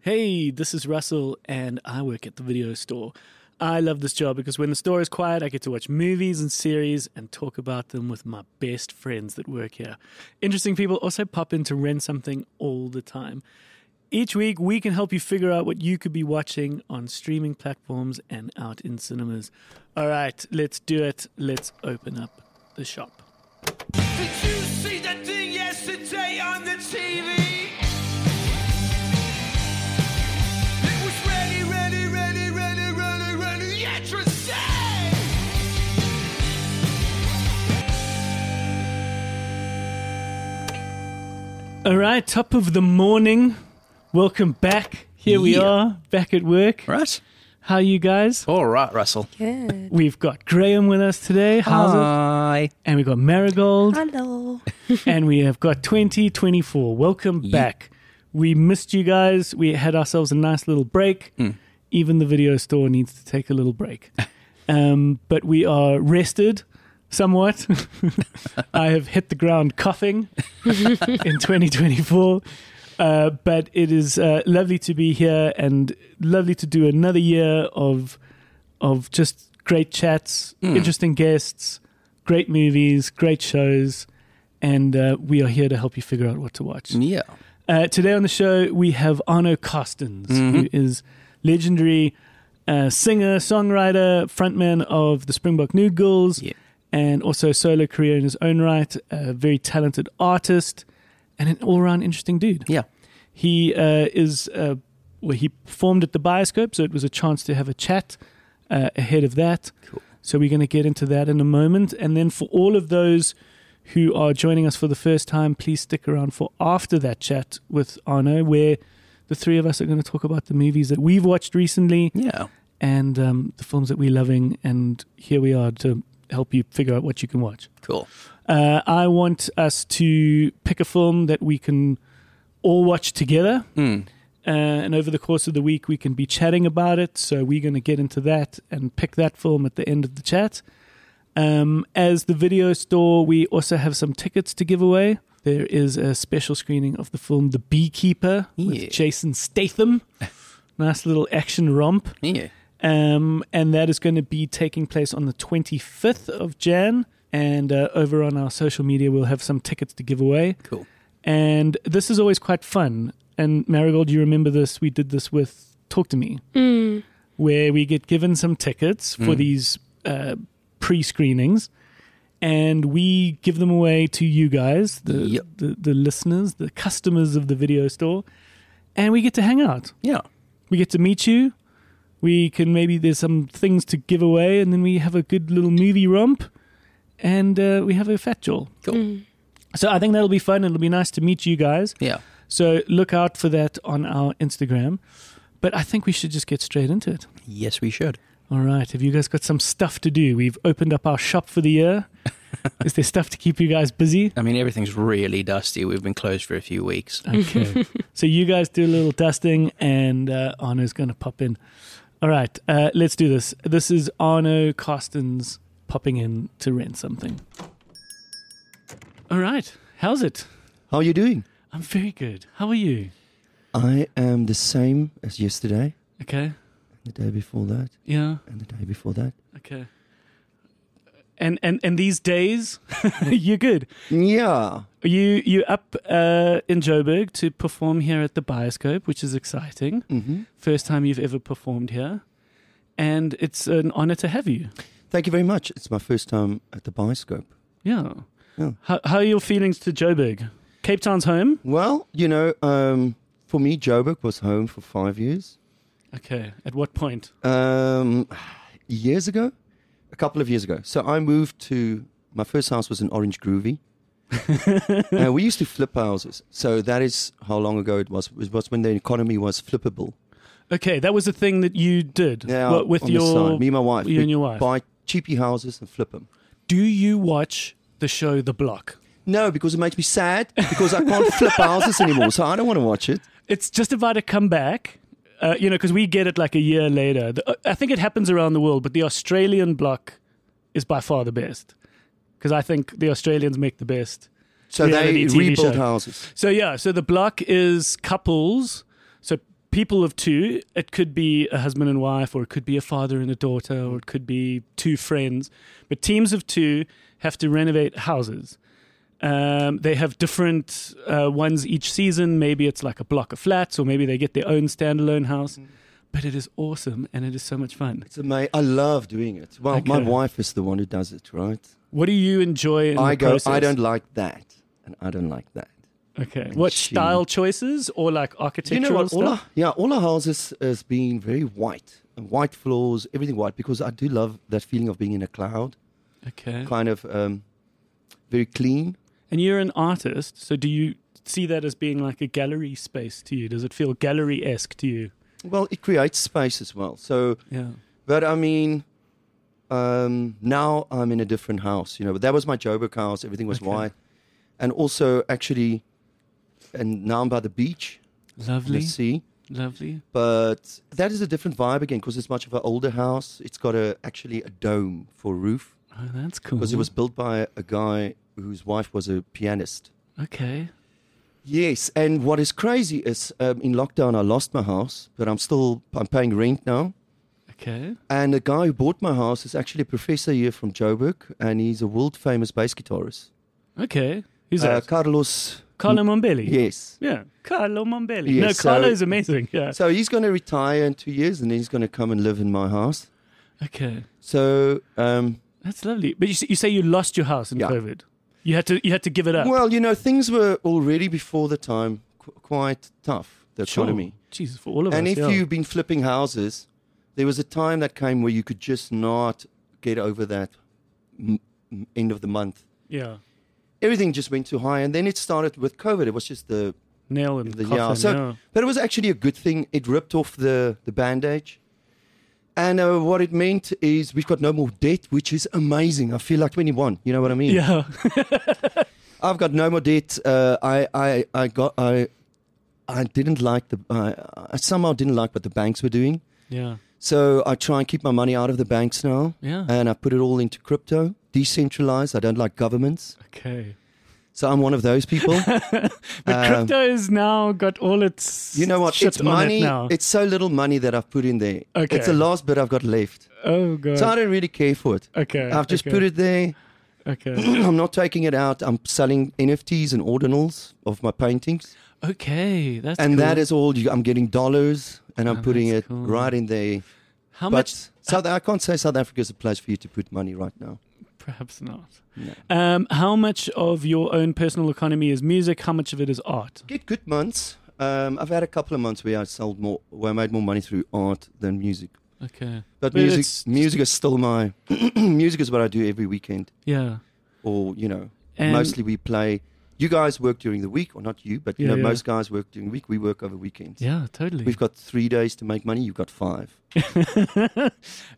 Hey, this is Russell, and I work at the video store. I love this job because when the store is quiet, I get to watch movies and series and talk about them with my best friends that work here. Interesting people also pop in to rent something all the time. Each week, we can help you figure out what you could be watching on streaming platforms and out in cinemas. All right, let's do it. Let's open up the shop. Did you see that thing yesterday on the TV? It was ready, ready, ready, ready, ready, ready, yesterday! All right, top of the morning. Welcome back. Here we Yeah. are, back at work. Right. How you guys? All right, Russell. Good. We've got Graham with us today. Ah. How's it? Hi. And we've got Marigold. Hello. and we have got 2024. Welcome back. We missed you guys. We had ourselves a nice little break. Even the video store needs to take a little break. um, but we are rested somewhat. I have hit the ground coughing in 2024. Uh, but it is uh, lovely to be here and lovely to do another year of of just great chats, interesting guests, great movies, great shows, and uh, we are here to help you figure out what to watch. Yeah. Uh, today on the show, we have Arno Carstens, who is legendary uh, singer, songwriter, frontman of the Springbok New Girls, Yeah. and also a solo career in his own right, a very talented artist, and an all round interesting dude. Yeah. He uh, is uh, well, he performed at the Bioscope, so it was a chance to have a chat uh, ahead of that. Cool. So we're going to get into that in a moment, and then for all of those who are joining us for the first time, please stick around for after that chat with Arno, where the three of us are going to talk about the movies that we've watched recently Yeah. and um, the films that we're loving, and here we are to help you figure out what you can watch. Cool. Uh, I want us to pick a film that we can all watch together. Uh, and over the course of the week, we can be chatting about it. So we're going to get into that and pick that film at the end of the chat. Um, as the video store, we also have some tickets to give away. There is a special screening of the film The Beekeeper Yeah. with Jason Statham. nice little action romp. Yeah. Um, and that is going to be taking place on the 25th of Jan. And uh, over on our social media, we'll have some tickets to give away. Cool. And this is always quite fun. And Marigold, you remember this? We did this with Talk to Me, where we get given some tickets for these uh, pre screenings. And we give them away to you guys, the, Yep. the the listeners, the customers of the video store, and we get to hang out Yeah. we get to meet you. We can maybe there's some things to give away, and then we have a good little movie romp, and uh, we have a fat jaw. Cool. So I think that'll be fun. It'll be nice to meet you guys. Yeah. So look out for that on our Instagram. But I think we should just get straight into it. Yes, we should. All right, have you guys got some stuff to do? We've opened up our shop for the year. Is there stuff to keep you guys busy? I mean, everything's really dusty. We've been closed for a few weeks. Okay. so you guys do a little dusting, and uh, Arno's going to pop in. All right, uh, let's do this. This is Arno Costins popping in to rent something. All right, how's it? How are you doing? I'm very good. How are you? I am the same as yesterday, Okay. the day before that, Yeah. and the day before that. Okay. And and and these days, you're good. Yeah. You you up uh, in Joburg to perform here at the Bioscope, which is exciting. hmm First time you've ever performed here, and it's an honor to have you. Thank you very much. It's my first time at the Bioscope. Yeah. Yeah. How, how are your feelings to Joburg? Cape Town's home. Well, you know, um, for me, Joburg was home for five years. Okay. At what point? Um, years ago, a couple of years ago. So I moved to my first house was in Orange Groovy. and we used to flip houses. So that is how long ago it was. It was when the economy was flippable. Okay, that was a thing that you did Yeah, what, with on your. the side, me and my wife, you and we your wife. buy cheapy houses and flip them. Do you watch the show The Block? No, because it makes me sad because I can't flip houses anymore, so I don't want to watch it. It's just about to come back. Uh, you know, because we get it like a year later. The, uh, I think it happens around the world, but the Australian block is by far the best. Because I think the Australians make the best. So Reality they TV rebuild show. houses. So yeah, so the block is couples, so people of two, it could be a husband and wife, or it could be a father and a daughter, or it could be two friends. But teams of two have to renovate houses. Um, they have different uh, ones each season. Maybe it's like a block of flats, or maybe they get their own standalone house. Mm-hmm. But it is awesome and it is so much fun. It's amazing. I love doing it. Well, my Okay. wife is the one who does it, right? What do you enjoy in I the go, process? I don't like that, and I don't like that. Okay. What She- style choices or like architectural All our, stuff? yeah, all our houses has been very white, and white floors, everything white, because I do love that feeling of being in a cloud, Okay. kind of um, very clean. And you're an artist, so do you see that as being like a gallery space to you? Does it feel gallery esque to you? Well, it creates space as well. So, Yeah. but I mean, um, now I'm in a different house, you know. But that was my Joburg house. Everything was Okay. white, and also actually, and now I'm by the beach, Lovely. the sea. Lovely. but that is a different vibe again because it's much of an older house. It's got a actually a dome for roof Oh, that's cool. because it was built by a guy whose wife was a pianist. Okay. Yes, and what is crazy is um, in lockdown I lost my house, but I'm still I'm paying rent now. Okay. And the guy who bought my house is actually a professor here from Joburg, and he's a world famous bass guitarist. Okay. Who's Uh, that? Carlos. Carlo Mombelli. Yes. Yeah. Carlo Mombelli. Yeah, no, so- Carlo is amazing. Yeah. So he's going to retire in two years, and then he's going to come and live in my house. okay. So um, That's lovely. But you, s- you say you lost your house in Yeah. COVID. You had to you had to give it up. Well, you know, things were already before the time qu- quite tough, the Sure. economy. Jesus, for all of And us. if yeah. you've been flipping houses, there was a time that came where you could just not get over that m- m- end of the month. yeah. Everything just went too high. And then it started with COVID. It was just the, Nail and the coffin, yeah. So, but it was actually a good thing. It ripped off the, the bandage. And uh, what it meant is we've got no more debt, which is amazing. I feel like 21. You know what I mean? yeah. I've got no more debt. Uh, I, I, I got, I, I didn't like the, I I somehow didn't like what the banks were doing. Yeah. So I try and keep my money out of the banks now. Yeah. And I put it all into crypto, decentralized. I don't like governments. Okay. So I'm one of those people. But Um, crypto has now got all its You know what? shit it's on it money. now. it's so little money that I've put in there. Okay. It's the last bit I've got left. oh god. So I don't really care for it. okay. I've just okay, put it there. Okay. I'm not taking it out. I'm selling NFTs and ordinals of my paintings. okay. That's and cool. that is all you, I'm getting dollars and I'm Oh, putting that's it cool. right in there. how but much. South, I can't say South Africa is a place for you to put money right now. Perhaps not. No. Um, how much of your own personal economy is music? How much of it is art? Get good months. Um, I've had a couple of months where I sold more, where I made more money through art than music. Okay. But, But it's- music, music is still my music is what I do every weekend, Yeah. or you know, And- mostly we play. You guys work during the week, or not you, but you Yeah, know, yeah. most guys work during the week. We work over weekends. Yeah. Totally. We've got three days to make money. You've got five.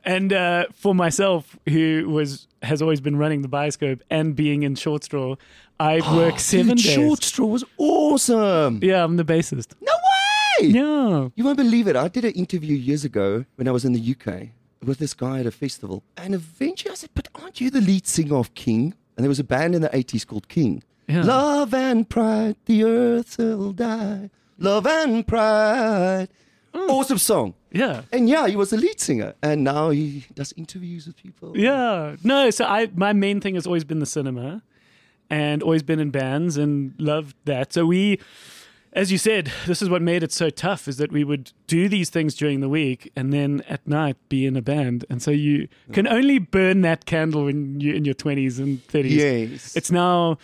and uh, for myself, who was has always been running the bioscope and being in short straw, I work seven Dude, days. Short straw was awesome. yeah, I'm the bassist. No way! Yeah. You won't believe it. I did an interview years ago when I was in the UK with this guy at a festival. And eventually I said, But aren't you the lead singer of King? And there was a band in the 80s called King. Yeah. Love and pride, the earth will die. Love and pride. Mm. Awesome song. Yeah. And yeah, he was the lead singer. And now he does interviews with people. Yeah. No, so I my main thing has always been the cinema and always been in bands and loved that. So we as you said, this is what made it so tough is that we would do these things during the week and then at night be in a band. And so you can only burn that candle when you're in your 20s and 30s. Yes. It's now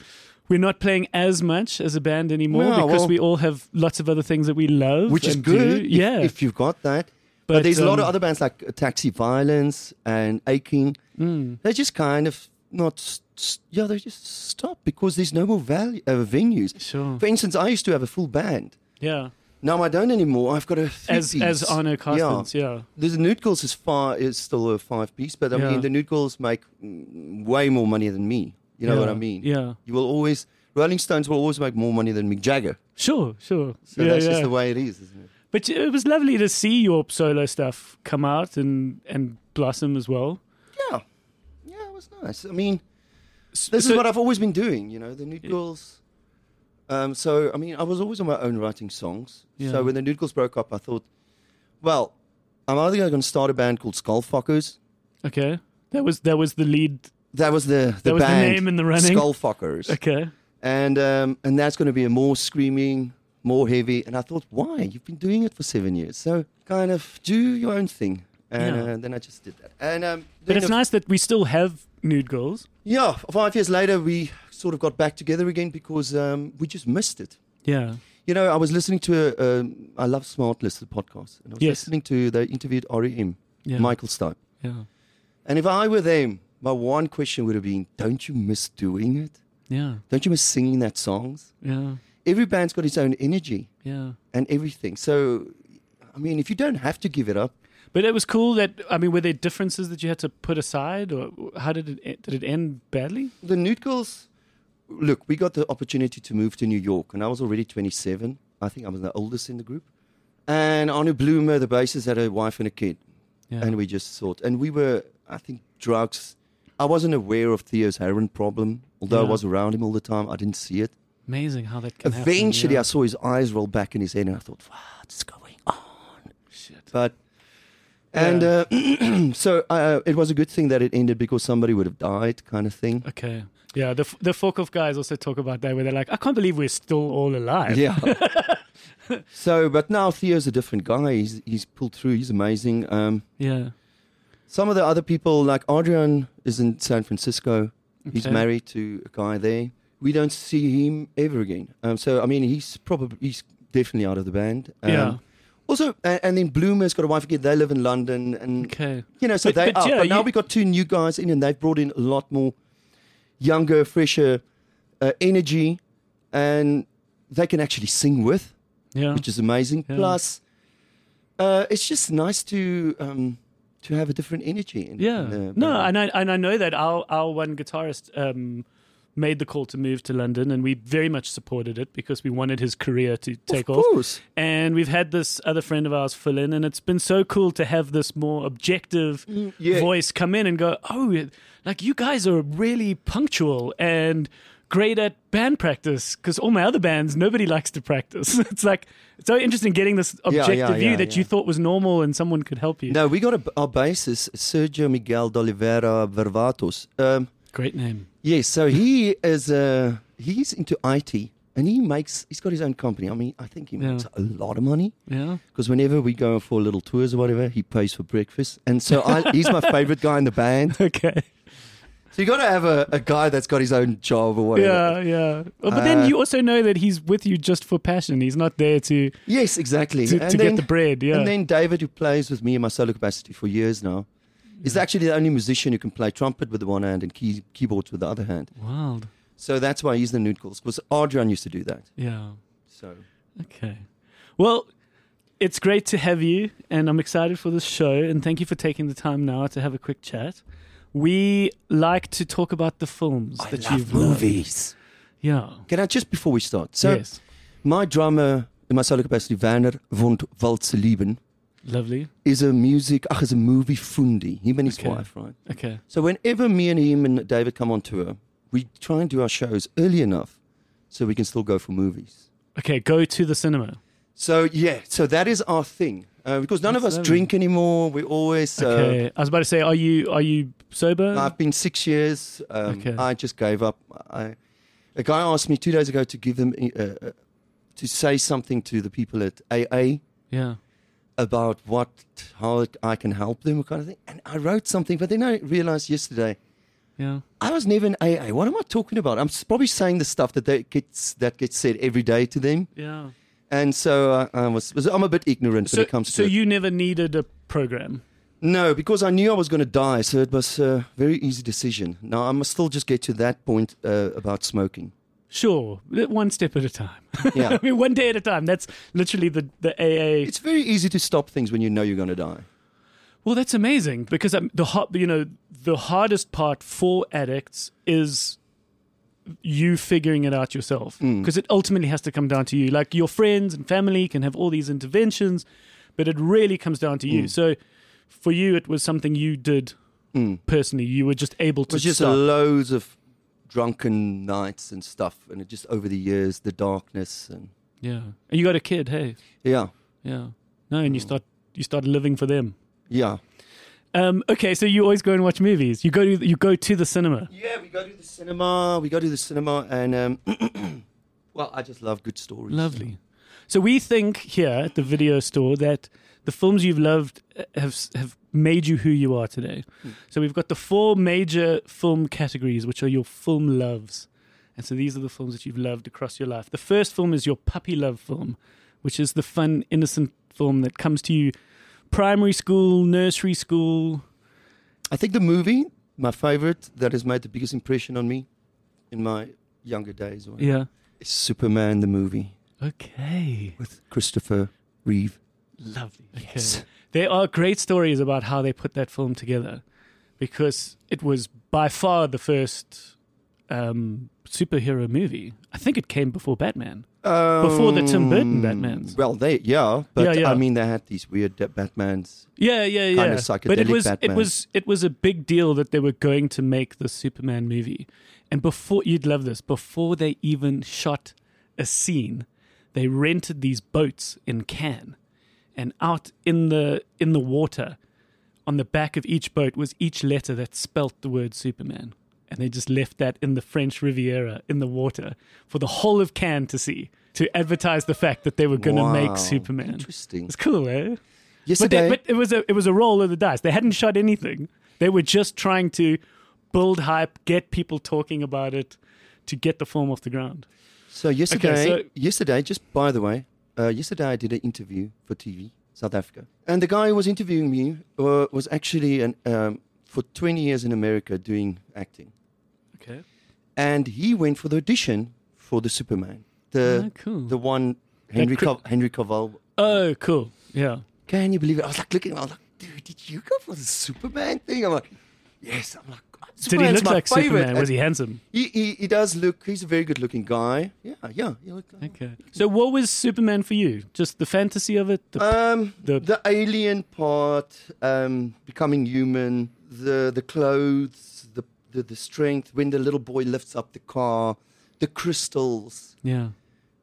we're not playing as much as a band anymore No, because well- we all have lots of other things that we love, Which is and good. do. if- Yeah, If, you've got that. But, But, there's a lot of um, other bands like uh, Taxi Violence and Aching. mm, They just kind of not, s- s- yeah, they just stop because there's no more value, uh, venues. sure. For instance, I used to have a full band. Yeah, Now I don't anymore. I've got a as as three-piece. Arno Carstens. Yeah. The Nude Girls is far is still a five piece, but I Yeah. mean the Nude Girls make mm, way more money than me. You know Yeah. what I mean? Yeah. You will always Rolling Stones will always make more money than Mick Jagger. Sure, sure. So yeah, that's yeah. just the way it is, isn't it? But it was lovely to see your solo stuff come out and and blossom as well. Yeah. Yeah, it was nice. I mean, S- This so- is what I've always been doing, you know, the Nude Girls. Um, so, I mean, I was always on my own writing songs. Yeah. So when the Noodles broke up, I thought, well, I'm either going to start a band called Skullfuckers. Okay. That was that was the lead. That was the, the That was the band. name in the running. Skullfuckers. Okay. And, um, and that's going to be a more screaming, more heavy. And I thought, why? You've been doing it for seven years. So kind of do your own thing. And Yeah. uh, then I just did that. And um, But then it's a- nice that we still have nude girls. Yeah, five years later, we sort of got back together again because um, we just missed it. Yeah. You know, I was listening to a, um, I love Smart List, the podcast, and I was Yes. listening to they interviewed REM, Yeah. Michael Stipe, Yeah. and if I were them, my one question would have been, "Don't you miss doing it? Yeah. Don't you miss singing that songs? Yeah. Every band's got its own energy Yeah. and everything. So, I mean, if you don't have to give it up, But it was cool that I mean, were there differences that you had to put aside, or how did it e- did it end badly? the Nude Girls, look, we got the opportunity to move to New York, and I was already 27. I think I was the oldest in the group. And Arno Bloomer, the bassist, had a wife and a kid. Yeah. And we just thought, and we were, I think, drugs. I wasn't aware of Theo's heroin problem, although Yeah. I was around him all the time. I didn't see it. Amazing how that can happen, Eventually, yeah. I saw his eyes roll back in his head, and I thought, what's going on? Shit. But, and uh, so uh, it was a good thing that it ended because somebody would have died, kind of thing. Okay. Yeah, the f- the fuck off guys also talk about that where they're like, I can't believe we're still all alive. Yeah. so, but now Theo's a different guy. He's he's pulled through. He's amazing. Um, Yeah. some of the other people, like Adrian, is in San Francisco. He's Okay. married to a guy there. We don't see him ever again. Um, so, I mean, he's probably he's definitely out of the band. Um, Yeah. Also, and, and then Bloomer's got a wife again. They live in London, and Okay. you know, so But- they but are. yeah, but now you- we got two new guys in, and they've brought in a lot more younger, fresher uh, energy, and they can actually sing with Yeah. which is amazing. Yeah. Plus, uh, it's just nice to um, to have a different energy. uh, In, yeah. in the no, band. and I and I know that our our one guitarist um made the call to move to London and we very much supported it because we wanted his career to take of off. course. And we've had this other friend of ours fill in and it's been so cool to have this more objective Mm. yeah. voice come in and go, "Oh, it- like you guys are really punctual and great at band practice because all my other bands nobody likes to practice it's like it's so interesting getting this yeah, objective view yeah, that you yeah. thought was normal and someone could help you No, we got a, our bassist Sergio Miguel de Oliveira Vervatos. Um, great name yes, so he is uh, he's into IT, and he makes he's got his own company. I mean, I think he Yeah. makes a lot of money. yeah Because whenever we go for little tours or whatever, he pays for breakfast, and so I, he's my favorite guy in the band. Okay. So you got to have a, a guy that's got his own job or whatever. Yeah, yeah. Well, but then Uh, you also know that he's with you just for passion. He's not there to Yes, exactly. to, And to then- get the bread. Yeah. And then David, who plays with me in my solo capacity for years now, is actually the only musician who can play trumpet with the one hand and key, keyboards with the other hand. Wild. So that's why he's the nude calls, because Adrian used to do that. Yeah. So Okay. Well, it's great to have you, and I'm excited for this show. And thank you for taking the time now to have a quick chat. We like to talk about the films that you've loved. Yeah. Can I just before we start? So yes. my drummer in my solo capacity, Werner von Waldsleben, Lovely. is a music, ach, is a movie fundi. Him and his Okay. wife, right? Okay. So whenever me and him and David come on tour, we try and do our shows early enough so we can still go for movies. Okay. Go to the cinema. So yeah, so that is our thing uh, because none of us That's lovely. drink anymore. We always. Uh, Okay. I was about to say, are you are you sober? I've been six years. Um, Okay. I just gave up. I, a guy asked me two days ago to give them uh, uh, to say something to the people at AA yeah. about what how it- I can help them kind of thing, and I wrote something, but then I realized yesterday. Yeah. I was never in AA. What am I talking about? I'm s- probably saying the stuff that they gets that gets said every day to them, Yeah. and so I, I was. I'm a bit ignorant so, when it comes so to. it. you never needed a program No, because I knew I was going to die, so it was a very easy decision. Now I must still just get to that point uh, about smoking. sure one step at a time Yeah, i mean one day at a time that's literally the, the aa it's very easy to stop things when you know you're going to die. well that's amazing because um, the hot you know the hardest part for addicts is you figuring it out yourself because it ultimately has to come down to you like your friends and family can have all these interventions but it really comes down to you so for Mm. you it was something you did personally you were just able It to was just stop. loads of drunken nights and stuff, and it just over the years, the darkness and Yeah. And you got a kid, hey. yeah, Yeah. No, and you start you start living for them. yeah. Um, okay, so you always go and watch movies. You go to you go to the cinema. Yeah, we go to the cinema. We go to the cinema, and um, well, I just love good stories. Lovely. So we think here at the video store that the films you've loved uh, have have made you who you are today. So we've got the four major film categories, which are your film loves, and so these are the films that you've loved across your life. The first film is your puppy love film, which is the fun, innocent film that comes to you primary school, nursery school. I think the movie, my favorite, that has made the biggest impression on me in my younger days, or Yeah. is Superman the movie Okay. with Christopher Reeve. Lovely. Okay. There are great stories about how they put that film together because it was by far the first um, superhero movie. I think it came before Batman. Before the Tim Burton Um, Batmans. Well, they yeah, but Yeah, yeah. I mean, they had these weird uh, Batmans. Yeah, yeah, yeah. Kind of but it psychedelic was it Batman. was it was a big deal that they were going to make the Superman movie. And before you'd love this, before they even shot a scene, they rented these boats in Cannes. And out in the in the water, on the back of each boat was each letter that spelt the word Superman. And they just left that in the French Riviera in the water for the whole of Cannes to see, to advertise the fact that they were gonna Wow, make Superman. Interesting. It's cool, eh? But, Yesterday, they, but it was a it was a roll of the dice. They hadn't shot anything. They were just trying to build hype, get people talking about it, to get the film off the ground. so yesterday, so- yesterday, just by the way, uh, yesterday I did an interview for TV South Africa, and the guy who was interviewing me uh, was actually an, um, for 20 years in America doing acting, Okay. and he went for the audition for the Superman, the Ah, cool. the one Henry cri- Cav- Henry Cavill. Oh, cool. Yeah. Can you believe it? I was like looking, I was like, dude, did you go for the Superman thing? I'm like, yes. I'm like, Did he Superman's look my like favorite. Superman? Was he handsome? He, he, he does look. He's a very good-looking guy. Yeah, yeah. He looked like, Okay. So what was Superman for you? Just the fantasy of it? The, um, The- the, alien part, um, becoming human, the the clothes, the, the the strength. When the little boy lifts up the car, the crystals. yeah.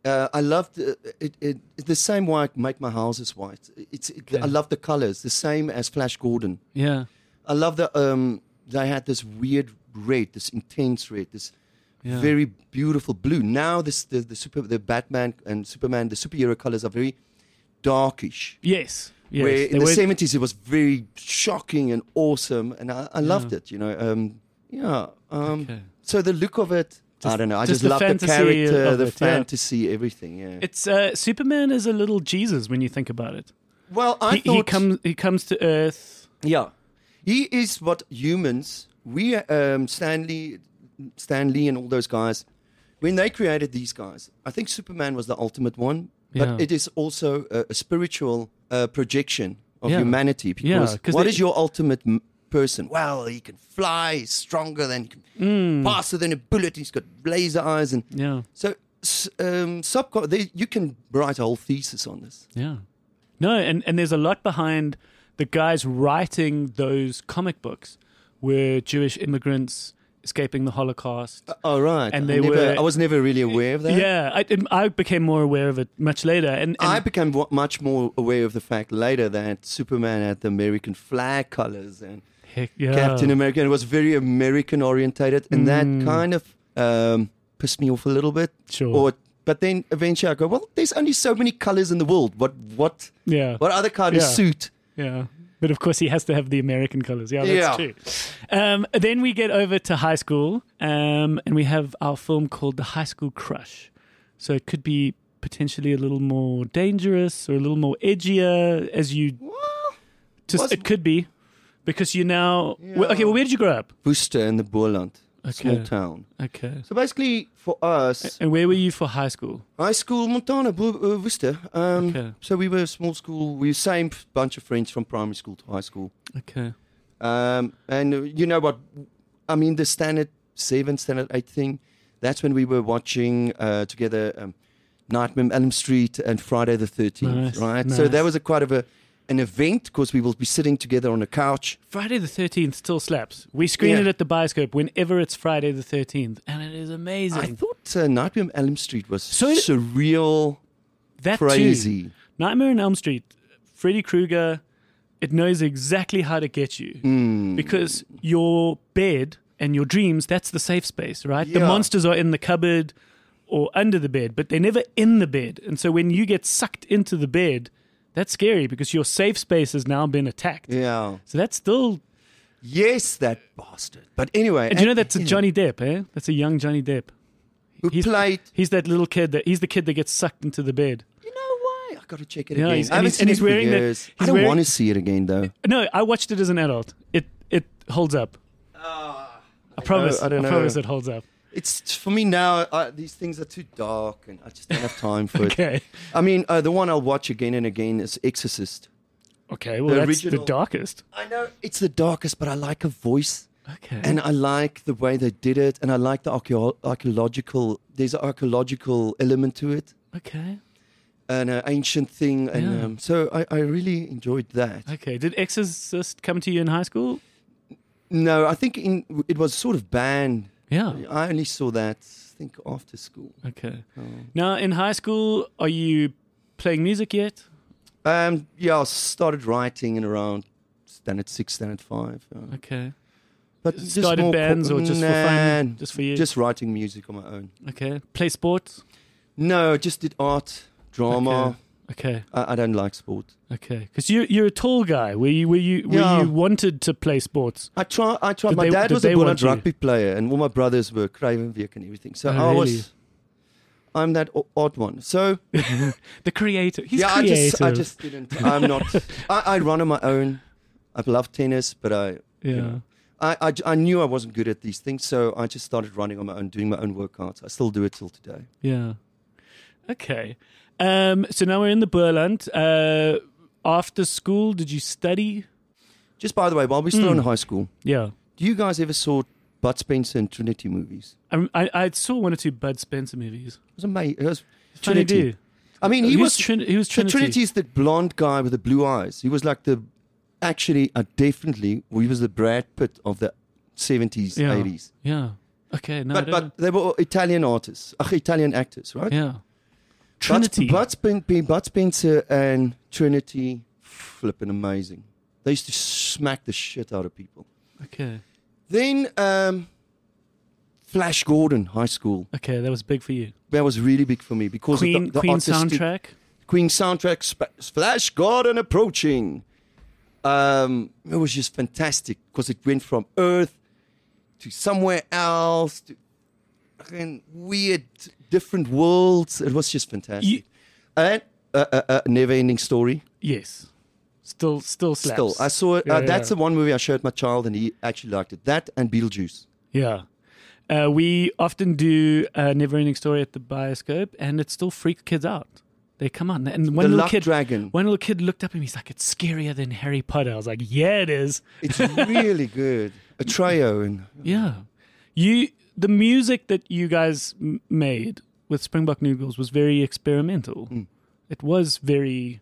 Uh, I loved uh, it, it, it's The same why I make my houses white. It's it, I Okay. love the colors. The same as Flash Gordon. Yeah. I love that um, they had this weird red, this intense red, this Yeah. very beautiful blue. Now this the, the super the Batman and Superman, the superhero colors are very darkish. Yes. Yes. Where They in the were- seventies it was very shocking and awesome, and I, I loved Yeah. it. You know, um, yeah. Um, Okay. So the look of it, I don't know. I just just, the love the fantasy character, of the it, yeah. fantasy, everything. Yeah. It's uh, Superman is a little Jesus when you think about it. well, I He, thought he comes he comes to Earth. Yeah, he is what humans we um, Stanley, Stanley, and all those guys. When they created these guys, I think Superman was the ultimate one, but Yeah. it is also a, a spiritual uh, projection of Yeah. humanity. Because 'cause what they- is your ultimate m- person? Well, he can fly, he's stronger than, he can Mm. faster than a bullet. He's got laser eyes, and Yeah. so s- um, subco- they, you can write a whole thesis on this. Yeah. No, and, and there's a lot behind the guys writing those comic books were Jewish immigrants escaping the Holocaust. All right, Oh, And I they never- were- I was never really aware of that. yeah, I, I became more aware of it much later. And, and I became wa- much more aware of the fact later that Superman had the American flag colors and heck, yeah. Captain America and it was very American orientated, and that kind of um, pissed me off a little bit. Mm. Sure. Or, but then eventually I go, well, there's only so many colors in the world. What what yeah. what other colors Yeah. suit? Yeah. But of course, he has to have the American colors. Yeah, that's Yeah. true. Um, then we get over to high school, um, and we have our film called The High School Crush. So it could be potentially a little more dangerous or a little more edgier as you. Just, was- it could be because you now. Well, okay, well, where did you grow up? Worcester in the Boerland, small Okay. town. Okay. So basically, for us, And where were you for high school? high school Montana, Bo- uh, Worcester. Um, Okay. So we were a small school. We were same bunch of friends from primary school to high school. Okay. Um, and uh, you know what? I mean, the standard seven, standard eight thing. That's when we were watching uh, together um, Nightmare on Elm Street and Friday the Thirteenth, Nice, right? So that nice. was a quite of a an event because we will be sitting together on a couch. Friday the 13th still slaps. We screen Yeah. it at the Bioscope whenever it's Friday the 13th, and it is amazing. I thought uh, Nightmare on Elm Street was So it- surreal, that too. crazy. Nightmare on Elm Street, Freddy Krueger, it knows exactly how to get you Hmm. because your bed and your dreams, that's the safe space, right? The Yeah. monsters are in the cupboard or under the bed, but they're never in the bed. And so when you get sucked into the bed, that's scary because your safe space has now been attacked. Yeah. So that's still, Yes, that bastard. But anyway, and you know that's a Johnny Depp, eh? That's a young Johnny Depp. who He's played. He's that little kid that he's the kid that gets sucked into the bed. You know why? I got to check it Yeah, again. he's- and I haven't he's- seen and it he's for wearing the- years. he's I don't wearing- want to see it again though. No, I watched it as an adult. It it holds up. Uh, I promise. I don't I promise know. it holds up. It's for me now. I, these things are too dark, and I just don't have time for it. Okay. I mean, uh, the one I'll watch again and again is Exorcist. Okay. Well, The that's the original- darkest. I know it's the darkest, but I like her voice, Okay. and I like the way they did it, and I like the archeo- archaeological. There's an archaeological element to it, okay. and an ancient thing, and Yeah. um, so I, I really enjoyed that. Okay. Did Exorcist come to you in high school? No, I think in, it was sort of banned. Yeah. I only saw that, I think, after school. Oh. Okay. Now in high school, are you playing music yet? Um, yeah, I started writing in around standard six, standard five. uh, Okay. But just Started more bands or just for fun? Nah, Just for you? Just writing music on my own. Okay. Play sports. No, I just did art, drama. Okay. Okay. I, I don't like sport. Okay. Because you you're a tall guy. Were you were you were Yeah. you wanted to play sports? I try. I tried. Did my they- dad did was a they want Boland you? rugby player, and all my brothers were Cravenbeek and everything. So Oh, I really? was. I'm that o- odd one. So The creator. He's yeah, creative. I just I just didn't. I'm not. I, I run on my own. I love tennis, but I yeah. know. I, I j- I knew I wasn't good at these things, so I just started running on my own, doing my own workouts. I still do it till today. Yeah. Okay. Um, so now we're in the Burland. Uh, after school, did you study? Just by the way, while we're still in Hmm. high school, Yeah. do you guys ever saw Bud Spencer and Trinity movies? I, I, I saw one or two Bud Spencer movies. It was amazing. It was Funny Trinity. dude. I mean, he, He was was, Trin- he was so Trinity. Trinity's the blonde guy with the blue eyes. He was like the actually, uh, definitely, he was the Brad Pitt of the seventies, Yeah. eighties. Yeah. Okay. No. I But don't but they were all Italian artists, ach, Italian actors, right? know. yeah. Bud- Trinity. Bud, Spen- Bud, Spencer and Trinity, flipping amazing. They used to smack the shit out of people. Okay. Then um, Flash Gordon High School. Okay. That was big for you. That was really big for me because Queen. of the, the Queen artistic- soundtrack. Queen soundtrack, Sp- Flash Gordon approaching. Um, it was just fantastic because it went from Earth to somewhere else to fucking weird, different worlds. It was just fantastic. You- and uh, uh, uh, Never Ending Story. Yes. Still. Still slaps. Still, I saw it. Yeah, uh, That's yeah. the one movie I showed my child, and he actually liked it. That and Beetlejuice. Yeah. Uh, we often do uh, Never Ending Story at the Bioscope, and it still freaks kids out. They come on, and one the little Luck kid, Dragon. one little kid looked up at me. He's like, "It's scarier than Harry Potter." I was like, "Yeah, it is." It's really good. A trio and Yeah, you. The music that you guys m- made with Springbok Noodles was very experimental. Mm. It was very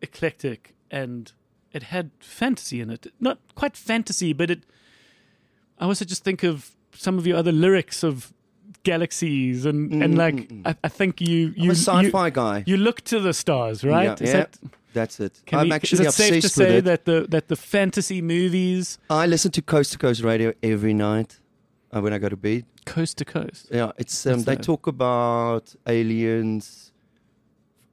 eclectic, and it had fantasy in it. Not quite fantasy, but it. I also just think of some of your other lyrics of galaxies and Mm, and like I, I think you you I'm a sci-fi you, guy. you look to the stars, right? Yeah, Is yeah, that- that's it. can I'm we- actually is it safe obsessed to with say it. that the that the fantasy movies I listen to Coast to Coast Radio every night uh, when I go to bed. coast to coast? Yeah, it's um, That's they nice. talk about aliens,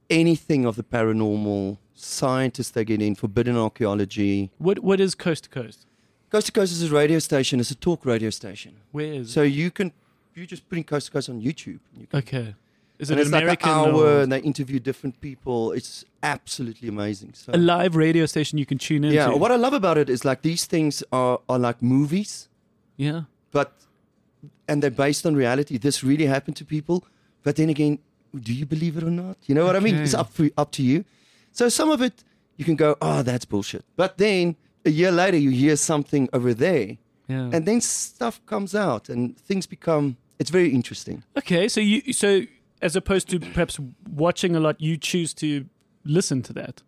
anything of the paranormal. Scientists they get in, forbidden archaeology. What what is coast to coast? Coast to Coast is a radio station. It's a talk radio station. Where is So you can you just put in Coast to Coast on YouTube. You can, Okay. Is it and it's American like an hour, or and they interview different people. It's absolutely amazing. So a live radio station you can tune into? yeah, what I love about it is like these things are are like movies. yeah. but and they're based on reality. This really happened to people, but then again, do you believe it or not? You know what I mean? Okay. It's up for, up to you. So some of it you can go, oh, that's bullshit. But then a year later, you hear something over there, Yeah. and then stuff comes out, and things become. It's very interesting. okay, so you so as opposed to perhaps watching a lot, you choose to listen to that.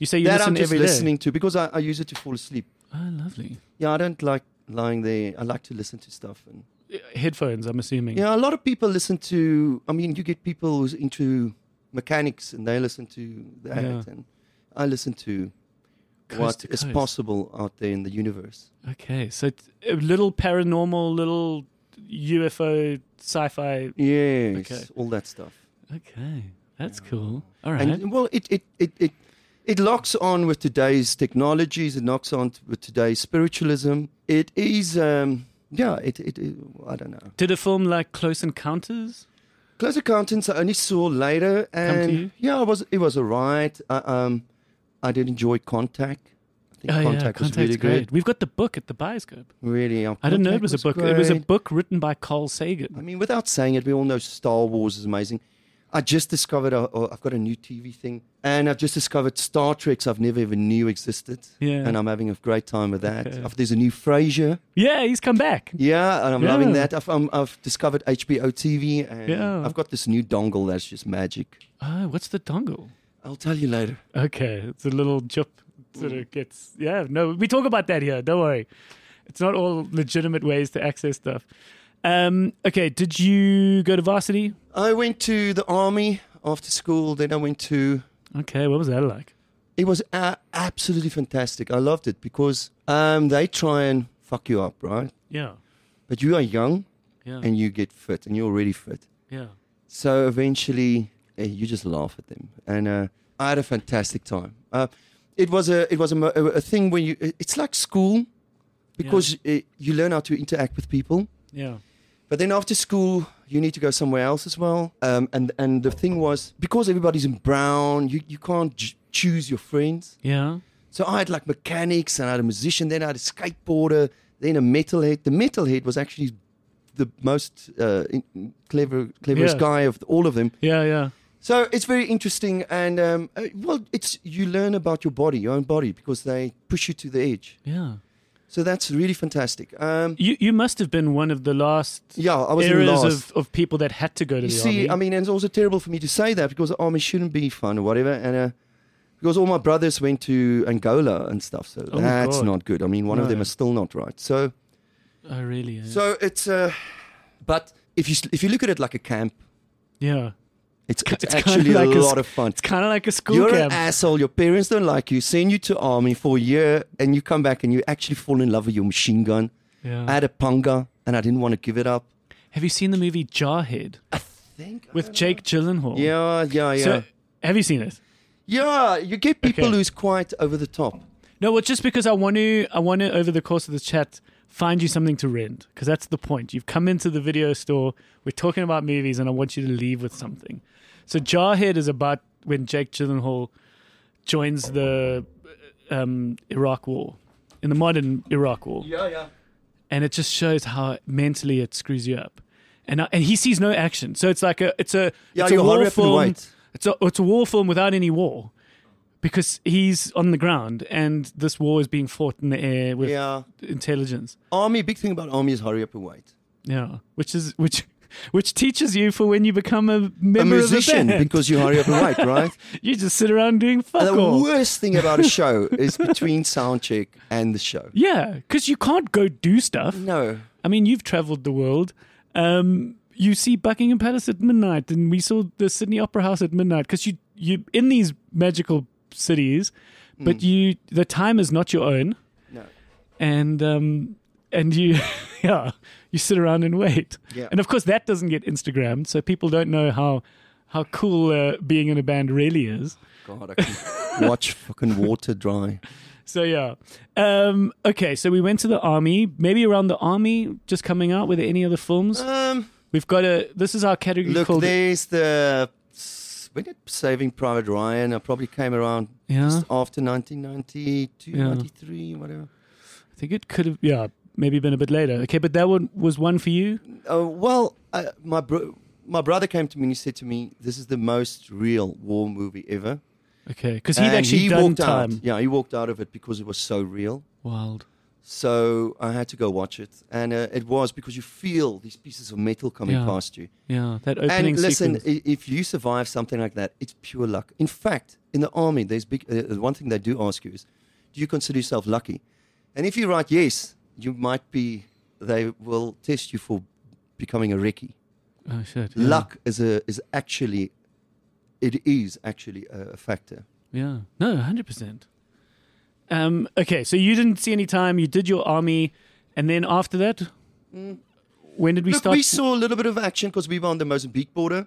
You say you that listen I'm just every day. listening to because I, I use it to fall asleep. Oh, lovely. Yeah, I don't like lying there. I like to listen to stuff. And Headphones, I'm assuming. yeah, a lot of people listen to. I mean, you get people who's into mechanics and they listen to that. Yeah. And I listen to what is Coast to coast. possible out there in the universe. Okay, so it's a little paranormal, little UFO, sci-fi. Yes, Okay. all that stuff. Okay, that's cool. All right. And well, it it it. it it locks on with today's technologies. It locks on t- with today's spiritualism. It is, um, yeah. It, it, it. I don't know. Did a film like Close Encounters? Close Accountants I only saw later, and you? yeah, it was it was alright. I, um, I did enjoy Contact. I think Oh, Contact was Contact's really great. good. We've got the book at the Bioscope. Really, yeah, I didn't know it Contact was, a book. It was a great. book written by Carl Sagan. I mean, without saying it, we all know Star Wars is amazing. I just discovered uh, uh, I've got a new TV thing, and I've just discovered Star Treks I've never even knew existed. Yeah. and um, I'm having a great time with that. Okay. I've- There's a new Frasier. Yeah, he's come back. Yeah, and I'm loving Yeah. that. I've, um, I've discovered HBO TV, and Yeah. I've got this new dongle that's just magic. Oh, what's the dongle? I'll tell you later. Okay, it's a little chip sort Mm. of gets. Yeah, no, we talk about that here. Don't worry, it's not all legitimate ways to access stuff. Um, okay, did you go to varsity? I went to the army after school. Then I went to. Okay, what was that like? It was uh, absolutely fantastic. I loved it because um, they try and fuck you up, right? Yeah, But you are young yeah, and you get fit, and you're already fit. yeah. So eventually, eh, you just laugh at them. And uh, I had a fantastic time. Uh, it was a it was a, mo- a, a thing where you. it- It's like school because eh, you learn how to interact with people. Yeah. But then after school, you need to go somewhere else as well. Um, and and the thing was because everybody's in brown, you you can't j- choose your friends. Yeah. So I had like mechanics, and I had a musician, then I had a skateboarder, then a metalhead. The metalhead was actually the most uh, in- clever cleverest Yeah. guy of all of them. Yeah, yeah. So it's very interesting, and um, uh, well, it's you learn about your body, your own body, because they push you to the edge. Yeah. So that's really fantastic. Um, You you must have been one of the last yeah, I was in eras last. of, of people that had to go to You the see, army. I mean, and it's also terrible for me to say that because the army shouldn't be fun or whatever. And uh, because all my brothers went to Angola and stuff, so Oh, that's God. not good. I mean, one of them No. is still not right. So, oh, really? Yeah. so it's. Uh, but if you s- if you look at it like a camp, yeah. it's, it's, it's kinda actually like a a lot sc- of fun. It's kind of like a school You're camp. an asshole. Your parents don't like you. Send you to army for a year, and you come back and you actually fall in love with your machine gun. yeah. I had a panga, and I didn't want to give it up. have you seen the movie Jarhead I think I with don't Jake Gyllenhaal? know. Uh, Yeah, yeah, yeah. So, have you seen it? Yeah, you get people Okay. who's quite over the top. No, well, just because I want to, I want to over the course of the chat find you something to rent because that's the point. You've come into the video store. We're talking about movies, and I want you to leave with something. So Jarhead is about when Jake Gyllenhaal joins the um, Iraq War in the modern Iraq War, Yeah, yeah. and it just shows how mentally it screws you up. And I, and he sees no action, so it's like a it's a Yeah, it's a you war hurry up and film. wait. It's a it's a war film without any war. Because he's on the ground and this war is being fought in the air with Yeah. intelligence. Army, big thing about army is hurry up and wait. Yeah. Which is which which teaches you for when you become a member a musician of a band. because you hurry up and wait, right? You just sit around doing fuck the all. worst thing about a show is between sound check and the show. yeah, because you can't go do stuff. No. I mean, you've traveled the world. Um, you see Buckingham Palace at midnight, and we saw the Sydney Opera House at midnight because you you in these magical cities, but Mm. you the time is not your own, No. and um, and you yeah you sit around and wait, Yeah. and of course that doesn't get Instagrammed, so people don't know how how cool uh, being in a band really is. God, I can watch fucking water dry. So yeah, um, okay, so we went to the army, maybe around the army, just coming out. Were there any other films? Um, We've got a. This is our category look, called. there's the when did Saving Private Ryan. I probably came around Yeah. just after 1992, Yeah. 93, whatever. I think it could have. Yeah, maybe been a bit later. Okay, but that one was one for you. Uh, well, uh, my bro- my brother came to me and he said to me, "This is the most real war movie ever." Okay, because he'd And actually he done walked time. out. Yeah, he walked out of it because it was so real. Wild. So I had to go watch it, and uh, it was because you feel these pieces of metal coming Yeah. past you. Yeah, that opening And listen, sequence. i- if you survive something like that, it's pure luck. In fact, in the army, there's big. Uh, one thing they do ask you is, do you consider yourself lucky? And if you write yes, you might be. They will test you for becoming a recce. oh shit! yeah. Luck is a is actually, it is actually a, a factor. Yeah. No, hundred percent. Um. Okay. So you didn't see any time. You did your army, and then after that, when did we Mm. Look, start? we saw a little bit of action because we were on the Mozambique border.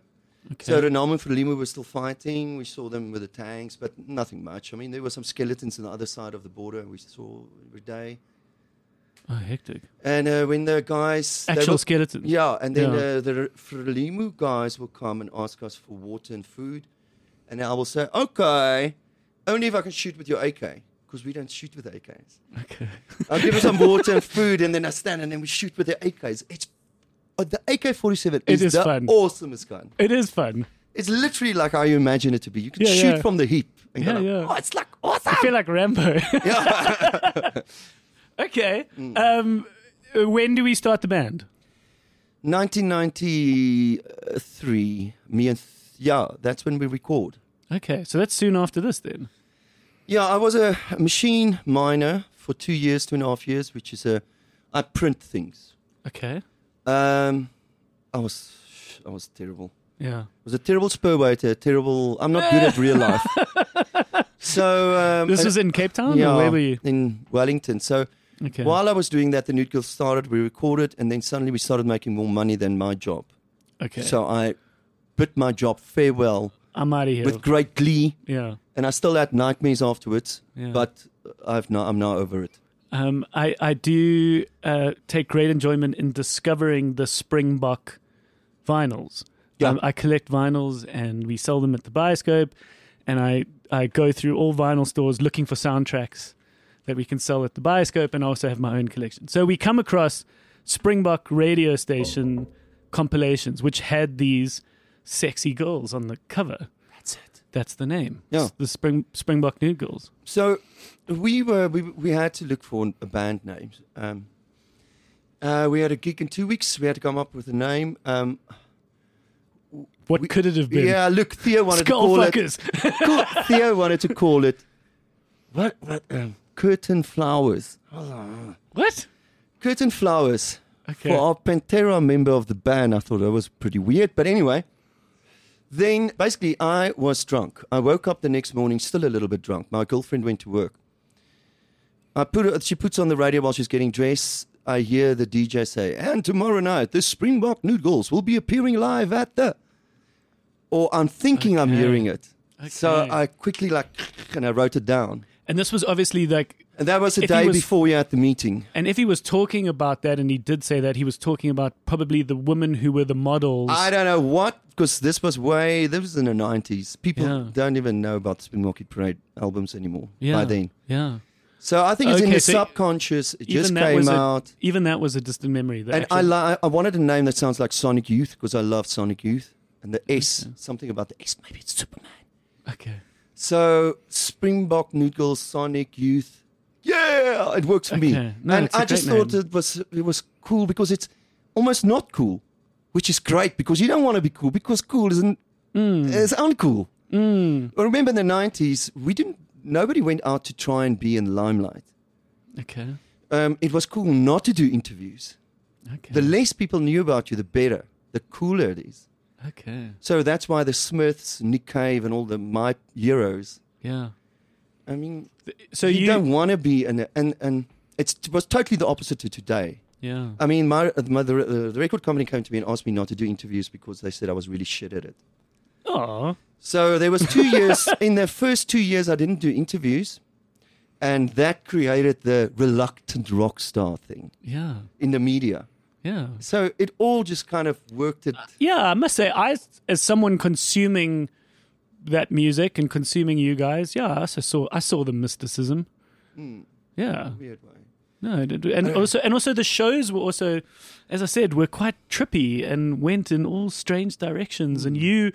Okay. So Renamo and Frelimo were still fighting. We saw them with the tanks, but nothing much. I mean, there were some skeletons on the other side of the border, and we saw every day. oh, hectic. And uh, when the guys, they Actual will- skeletons. yeah, and then Yeah. Uh, the Frelimu guys will come and ask us for water and food, and I will say, okay, only if I can shoot with your AK, because we don't shoot with AKs. Okay. I'll give you some water and food, and then I stand and then we shoot with the AKs. It's uh, the AK forty seven It is, is the fun. awesomest gun. It is fun. It's literally like how you imagine it to be. You can Yeah, shoot yeah. from the hip. And Yeah, go like, yeah. Oh, it's like I awesome. feel like Rambo. yeah. okay. Mm. Um. uh, When do we start the band? 1993. Me and th- yeah, that's when we record. Okay. So that's soon after this, then. Yeah, I was a machine miner for two years, two and a half years, which is a I print things. Okay. Um, I was I was terrible. Yeah. I was a terrible spur waiter. Terrible. I'm not good at real life. So um, This and- was in Cape Town. Or where were you? in Wellington. So Okay. While I was doing that, the Nude Girls started, we recorded, and then suddenly we started making more money than my job. okay. So I bid my job farewell I'm out of here. with great glee, yeah. and I still had nightmares afterwards, Yeah. but I've now, I'm now over it. Um, I, I do uh, take great enjoyment in discovering the Springbok vinyls. Yeah. Um, I collect vinyls and we sell them at the Bioscope. And I, I go through all vinyl stores looking for soundtracks that we can sell at the Bioscope and I also have my own collection. So we come across Springbok radio station compilations, which had these sexy girls on the cover. That's it. That's the name. Yeah. The Spring, Springbok Nude Girls. So we were we, we had to look for a band name. Um, uh, we had a gig in two weeks. We had to come up with a name. Um, What We- could it have been? yeah, look, Theo wanted to Skull call it. fuckers. Cool. Theo wanted to call it. What? What? Um, curtain flowers. What? Curtain flowers. Okay. For our Pantera member of the band, I thought that was pretty weird. But anyway, then basically I was drunk. I woke up the next morning still a little bit drunk. My girlfriend went to work. I put she puts on the radio while she's getting dressed. I hear the DJ say, "And tomorrow night, the Springbok Noodles will be appearing live at the." Or I'm thinking I'm Okay. hearing it, so Okay. I quickly like and I wrote it down. and this was obviously like, And that was the If he day was- before we had the meeting. and if he was talking about that, and he did say that, he was talking about probably the women who were the models. I don't know what because this was way this was in the nineties. People Yeah. don't even know about the Spin Market Parade albums anymore yeah, by then. yeah. So I think it's in Okay, the so subconscious. It just even that came was a- out, even that was a distant memory. the and actual- I li- I wanted a name that sounds like Sonic Youth because I love Sonic Youth and the S something about the S. Maybe it's Superman. okay, So Springbok Noodles Sonic Youth. Yeah, it works for me. Okay. No, and it's a I just great thought name. it was it was cool because it's almost not cool, which is great because you don't want to be cool because cool isn't Hmm. Mm, it's uncool. Well, remember in the nineties, we didn't nobody went out to try and be in the limelight. okay, Um, it was cool not to do interviews. okay, The less people knew about you, the better, the cooler it is. okay, So that's why the Smiths, Nick Cave, and all the my heroes. yeah. I mean, So you, you, don't want to be in a, and and it's, it was totally the opposite to today. yeah, I mean, my, uh, my the, the record company came to me and asked me not to do interviews because they said I was really shit at it. oh, So there was two years. In the first two years, I didn't do interviews, and that created the reluctant rock star thing yeah, in the media. yeah. So it all just kind of worked. It Yeah, I must say, I as someone consuming that music and consuming you guys, yeah, I also saw I saw the mysticism. Hmm. Yeah, weird way. No, it- it- and also and also the shows were also, as I said, were quite trippy and went in all strange directions. Hmm. And you,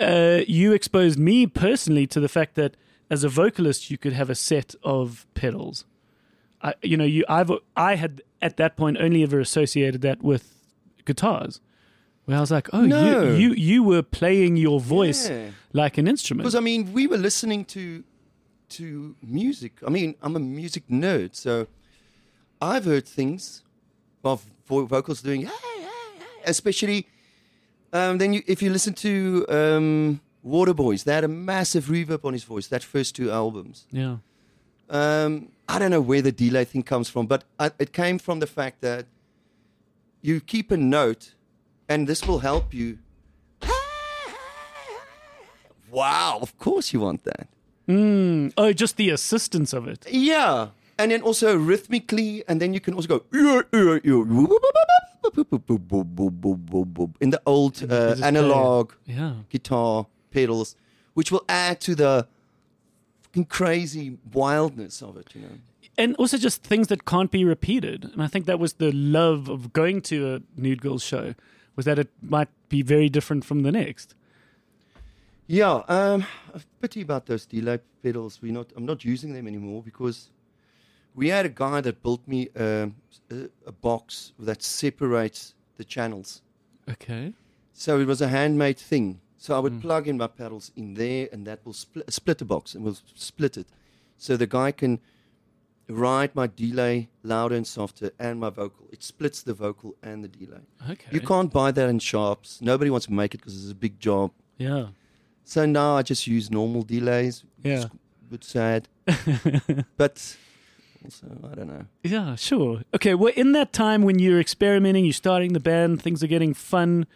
uh, you exposed me personally to the fact that as a vocalist, you could have a set of pedals. I, you know, you I've I had at that point only ever associated that with guitars. Where I was like, oh, No. you, you you were playing your voice Yeah. like an instrument. Because I mean, we were listening to to music. I mean, I'm a music nerd, so I've heard things of vo- vocals doing, "Hey, hey, hey," especially. Um, then you, if you listen to um, Waterboys, they had a massive reverb on his voice. That first two albums. yeah, Um, I don't know where the delay thing comes from, but I, it came from the fact that you keep a note, and this will help you. Wow, of course you want that. oh, just the assistance of it. Yeah, and then also rhythmically, and then you can also go in the old uh, There's a analog player. Yeah, guitar pedals, which will add to the fucking crazy wildness of it. You know. and also just things that can't be repeated. And I think that was the love of going to a nude girls show was that it might be very different from the next. Yeah, um, a pity about those delay pedals. We not, I'm not using them anymore because we had a guy that built me um, a, a box that separates the channels. Okay. So it was a handmade thing. So I would plug in my pedals in there, and that will split, split the box and will s- split it. So the guy can ride my delay louder and softer and my vocal. It splits the vocal and the delay. Okay. You can't buy that in shops. Nobody wants to make it because it's a big job. Yeah. So now I just use normal delays. Yeah. Good sad. but also, I don't know. Yeah, sure. Okay, well, in that time when you're experimenting, you're starting the band, things are getting fun.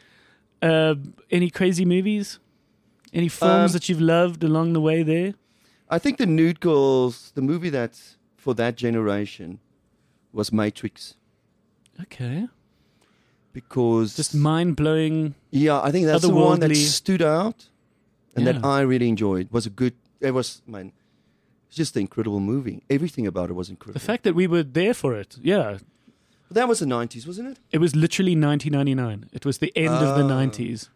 Uh, any crazy movies? Any films Um, that you've loved along the way there? I think the Nude Girls, the movie that for that generation was Matrix Okay. because Just mind blowing. yeah, I think that's the one that otherworldly- stood out and that Yeah. I really enjoyed. It was a good. It was man, it's just an incredible movie. Everything about it was incredible. The fact that we were there for it. Yeah. that was the nineties, wasn't it? It was literally 1999. It was the end of the Oh. 90s.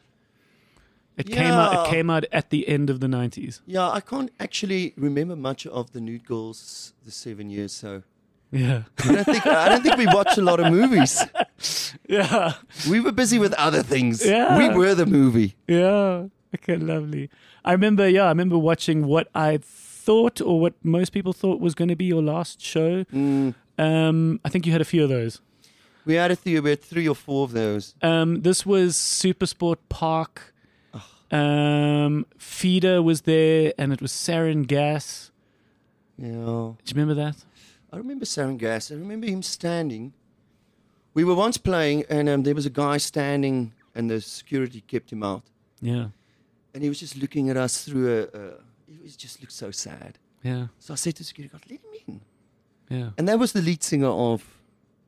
It came out. It Yeah. came out at the end of the 90s. Yeah, I can't actually remember much of the Nude Girls the seven years. So Yeah. I don't think I don't think we watched a lot of movies. yeah. We were busy with other things. Yeah. We were the movie. Yeah. Okay, lovely. I remember, yeah, I remember watching what I thought or what most people thought was going to be your last show. Um, I think you had a few of those. Mm. We had a few, we had three or four of those. Um, this was Supersport Park. Um, Feeder was there, and it was Sarin Gas. Yeah. Do you remember that? I remember Saren Gas. I remember him standing. We were once playing, and um, there was a guy standing, and the security kept him out. Yeah. and And he was just looking at us through a. a he was, just looked so sad. Yeah. So I said to security guard, let him in. Yeah. And that was the lead singer of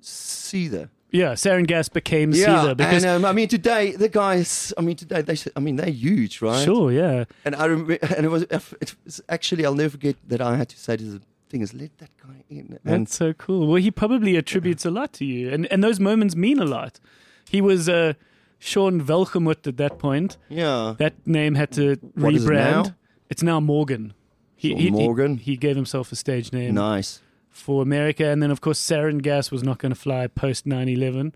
Seether. Yeah. Sarin Gas became Feeder because. and um, I mean, today, the guys, I mean, today, they, I mean, they're huge, right? Sure, yeah. And I remember, and it was, it was actually I'll never forget that I had to say to the thing is let that guy in. And That's so cool. Well, he probably attributes a lot to you, and and those moments mean a lot. He was uh, Sean Velchemuth at that point. yeah, That name had to What rebrand. is it now? It's now Morgan. He, Sean he- he- Morgan. He, gave himself a stage name nice. for America, and then of course sarin gas was not going to fly post 9-11.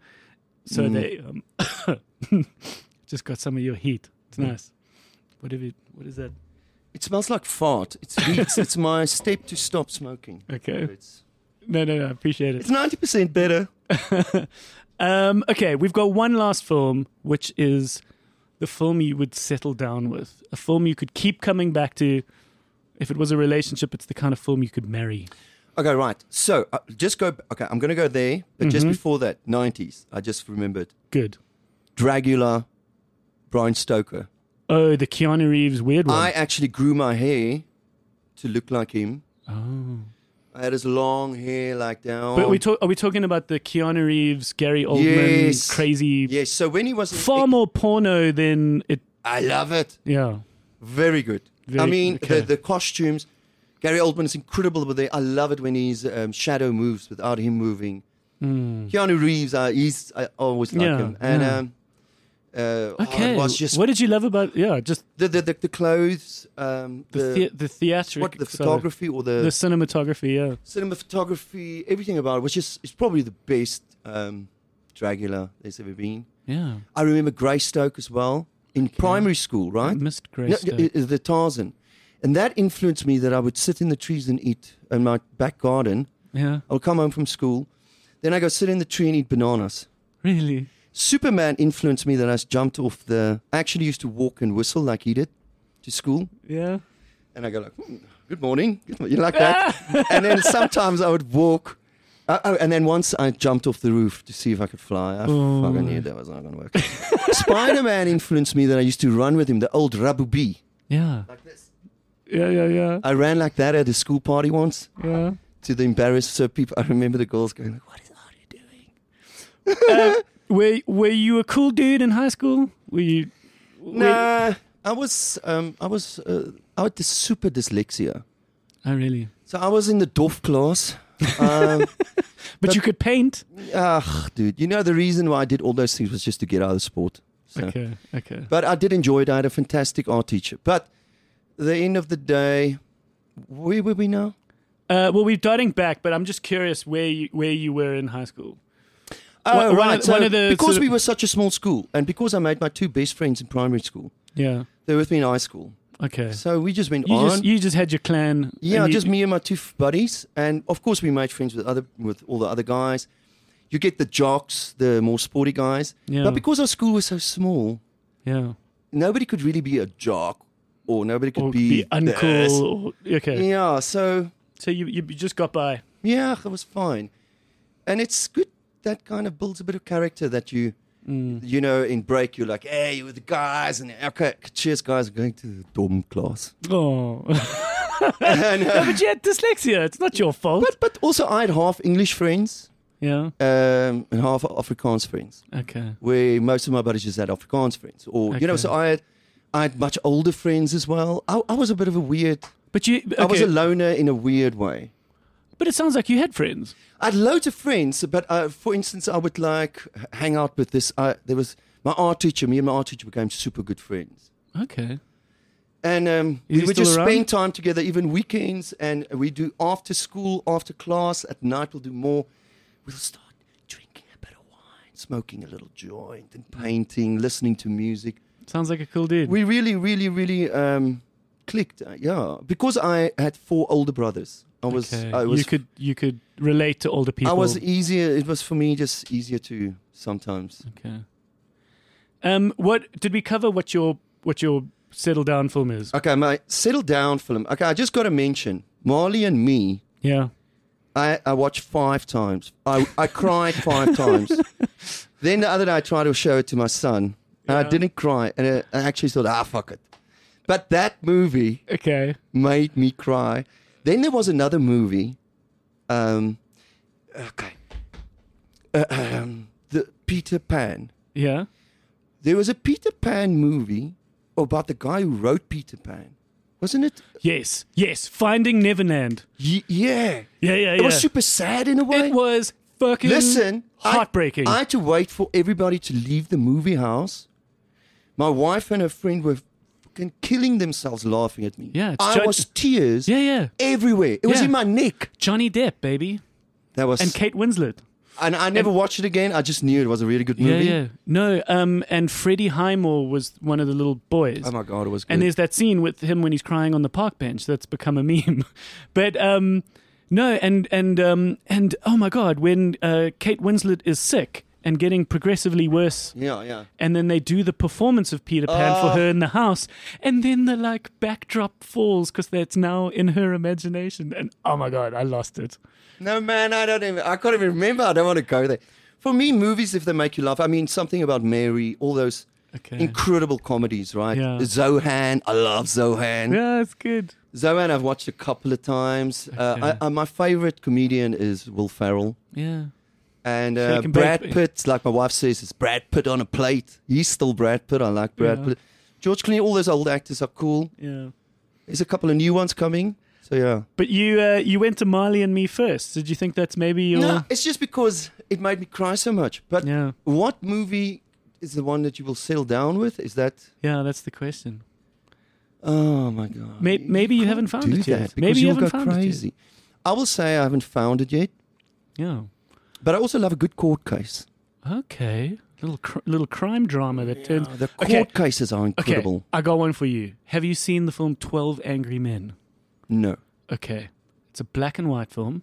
so Mm. they um, just got some of your heat. It's Mm. nice. Whatever. you- What is that? It smells like fart. It's it's, it's my step to stop smoking. Okay. It's No, no, no. I appreciate it. it's ninety percent better. Um, okay, we've got one last film, which is the film you would settle down with, a film you could keep coming back to. If it was a relationship, it's the kind of film you could marry. Okay, right. So uh, just go. Okay, I'm gonna go there, but just Mm-hmm. before that, nineties. I just remembered Good. Dragula, Brian Stoker. Oh, the Keanu Reeves weird one. I actually grew my hair to look like him. oh. I had his long hair like down. But we talk, are we talking about the Keanu Reeves, Gary Oldman, Yes. crazy, yes. So when he was in- far more porno than it? I love it. Yeah, Very good. I Very- mean, okay. the, the costumes. Gary Oldman is incredible with it. I love it when his um, shadow moves without Hmm. him moving. Keanu Reeves, uh, he's I always like Yeah, him, and yeah. um, Uh, oh, Okay. it was just what did you love about? Yeah, just the, the, the, the clothes, um, the the, the theatric, what the side, photography or the cinematography. Yeah. cinema photography, everything about it was just, it's probably the best um, Dragula there's ever been. Yeah. I remember Greystoke as well in primary school, I right? missed Yeah, Grace. i- i- the Tarzan. And that influenced me that I would sit in the trees and eat in my back garden. yeah. I would come home from school. Then I go sit in the tree and eat bananas. Really. Superman influenced me that I s- jumped off the. I actually used to walk and whistle like he did to school. Yeah. And I go like, "Hmm, good morning. Good mo- You like that? and then sometimes I would walk. Uh, oh, and then once I jumped off the roof to see if I could fly. I Oh. fucking knew that was not going to work. Spider-Man influenced me that I used to run with him, the old Rabu B. Yeah. Like this. Yeah. Yeah. Yeah. I ran like that at a school party once Yeah. to the embarrassed so people. I remember the girls going, like, what is Ari doing? Were Were you a cool dude in high school? Were you? Nah, I was, um, I was, uh, I had this super dyslexia. Oh, really? So I was in the Dorf class. Um, But, you could paint. Ugh, dude. You know, the reason why I did all those things was just to get out of the sport. So. Okay. Okay. But I did enjoy it. I had a fantastic art teacher. But the end of the day, where were we now? Uh, well, we're darting back, but I'm just curious where you where you were in high school. Oh, Uh, one right. of- so one of the sort because of- we were such a small school and because I made my two best friends in primary school, Yeah. they were with me in high school. Okay. So we just went You on. just you just had your clan. yeah, and you- just me and my two f- buddies. And of course, we made friends with other with all the other guys. You get the jocks, the more sporty guys. Yeah. But because our school was so small, Yeah. nobody could really be a jock or nobody could Or be, be uncool. or- this. okay. Yeah, so So you you just got by. yeah, it was fine. And it's good that kind of builds a bit of character that you Mm. you know, in break you're like, hey, you with the guys and okay, cheers guys, I'm going to the dorm class. Oh. and, uh, but you had dyslexia. It's not your fault. but but also I had half English friends yeah. um, and half Afrikaans friends. Okay. Where most of my buddies just had Afrikaans friends. Or you know, Okay. so I had I had much older friends as well. I, I was a bit of a weird But you. I was okay. a loner in a weird way. but it sounds like you had friends. I had loads of friends, but uh, for instance, I would like h- hang out with this. Uh, there was my art teacher. Me and my art teacher became super good friends, Okay. and um, Is we he would still just around? spend time together, even weekends. And we do after school, after class, at night. We'll do more. We'll start drinking a bit of wine, smoking a little joint, and painting, listening to music. Sounds like a cool dude. We really, really, really um, clicked. Uh, yeah, because I had four older brothers. I was, okay. I was you could you could relate to older people. I was easier. It was for me just easier to sometimes. Okay. Um. What did we cover? What your what your settle down film is? Okay, my settle down film. Okay, I just got to mention Marley and Me. Yeah. I, I watched five times. I, I cried five times. Then the other day I tried to show it to my son, and I Yeah. didn't cry. And I, I actually thought, ah, fuck it. But that movie Okay. made me cry. Then there was another movie. Um, okay. Uh, um, the Peter Pan. Yeah. There was a Peter Pan movie about the guy who wrote Peter Pan, wasn't it? Yes. Yes. Finding Neverland. Y- yeah. Yeah. Yeah. Yeah. It was super sad in a way. It was fucking Listen, I- heartbreaking. I, had to wait for everybody to leave the movie house. My wife and her friend were fucking killing themselves laughing at me. Yeah, it's I ju- was tears yeah. Yeah. everywhere. It was Yeah. in my neck. Johnny Depp, baby, That was and and, Kate Winslet. I never watched it again. I just knew it was a really good Yeah, movie. yeah. No, um, and Freddie Highmore was one of the little boys. Oh my god, it was good. and there's that scene with him when he's crying on the park bench that's become a meme. but um, no, and and um, and oh my god, when uh, Kate Winslet is sick and getting progressively worse, yeah, yeah. and then they do the performance of Peter Pan for Oh. her in the house, and then the like backdrop falls because that's now in her imagination, and oh my god, I lost it. No, man, I don't even. I can't even remember. I don't want to go there. For me, movies, if they make you laugh, I mean, something about Mary, all those Okay. incredible comedies, right? Yeah. Zohan, I love Zohan. yeah, it's good. Zohan, I've watched a couple of times. Uh, Okay. I, I, my favorite comedian is Will Ferrell. Yeah. And Shake uh, and Brad bake. Pitt, like my wife says, it's Brad Pitt on a plate. He's still Brad Pitt. I like Brad Yeah. Pitt. George Clooney, all those old actors are cool. Yeah. There's a couple of new ones coming. So, yeah. But you uh, you went to Marley and me first. Did you think that's maybe your No, it's just because it made me cry so much. But Yeah. what movie is the one that you will settle down with? Is that? Yeah, that's the question. Oh my god! May- maybe you can't haven't found do it yet. that Maybe because you you'll haven't go found it yet. crazy. I will say I haven't found it yet, Yeah. but I also love a good court case. Okay. Little cr- little crime drama that turns. The court Uh, Okay. cases are Okay. incredible. I got one for you. Have you seen the film Twelve Angry Men? No, Okay. It's a black and white film.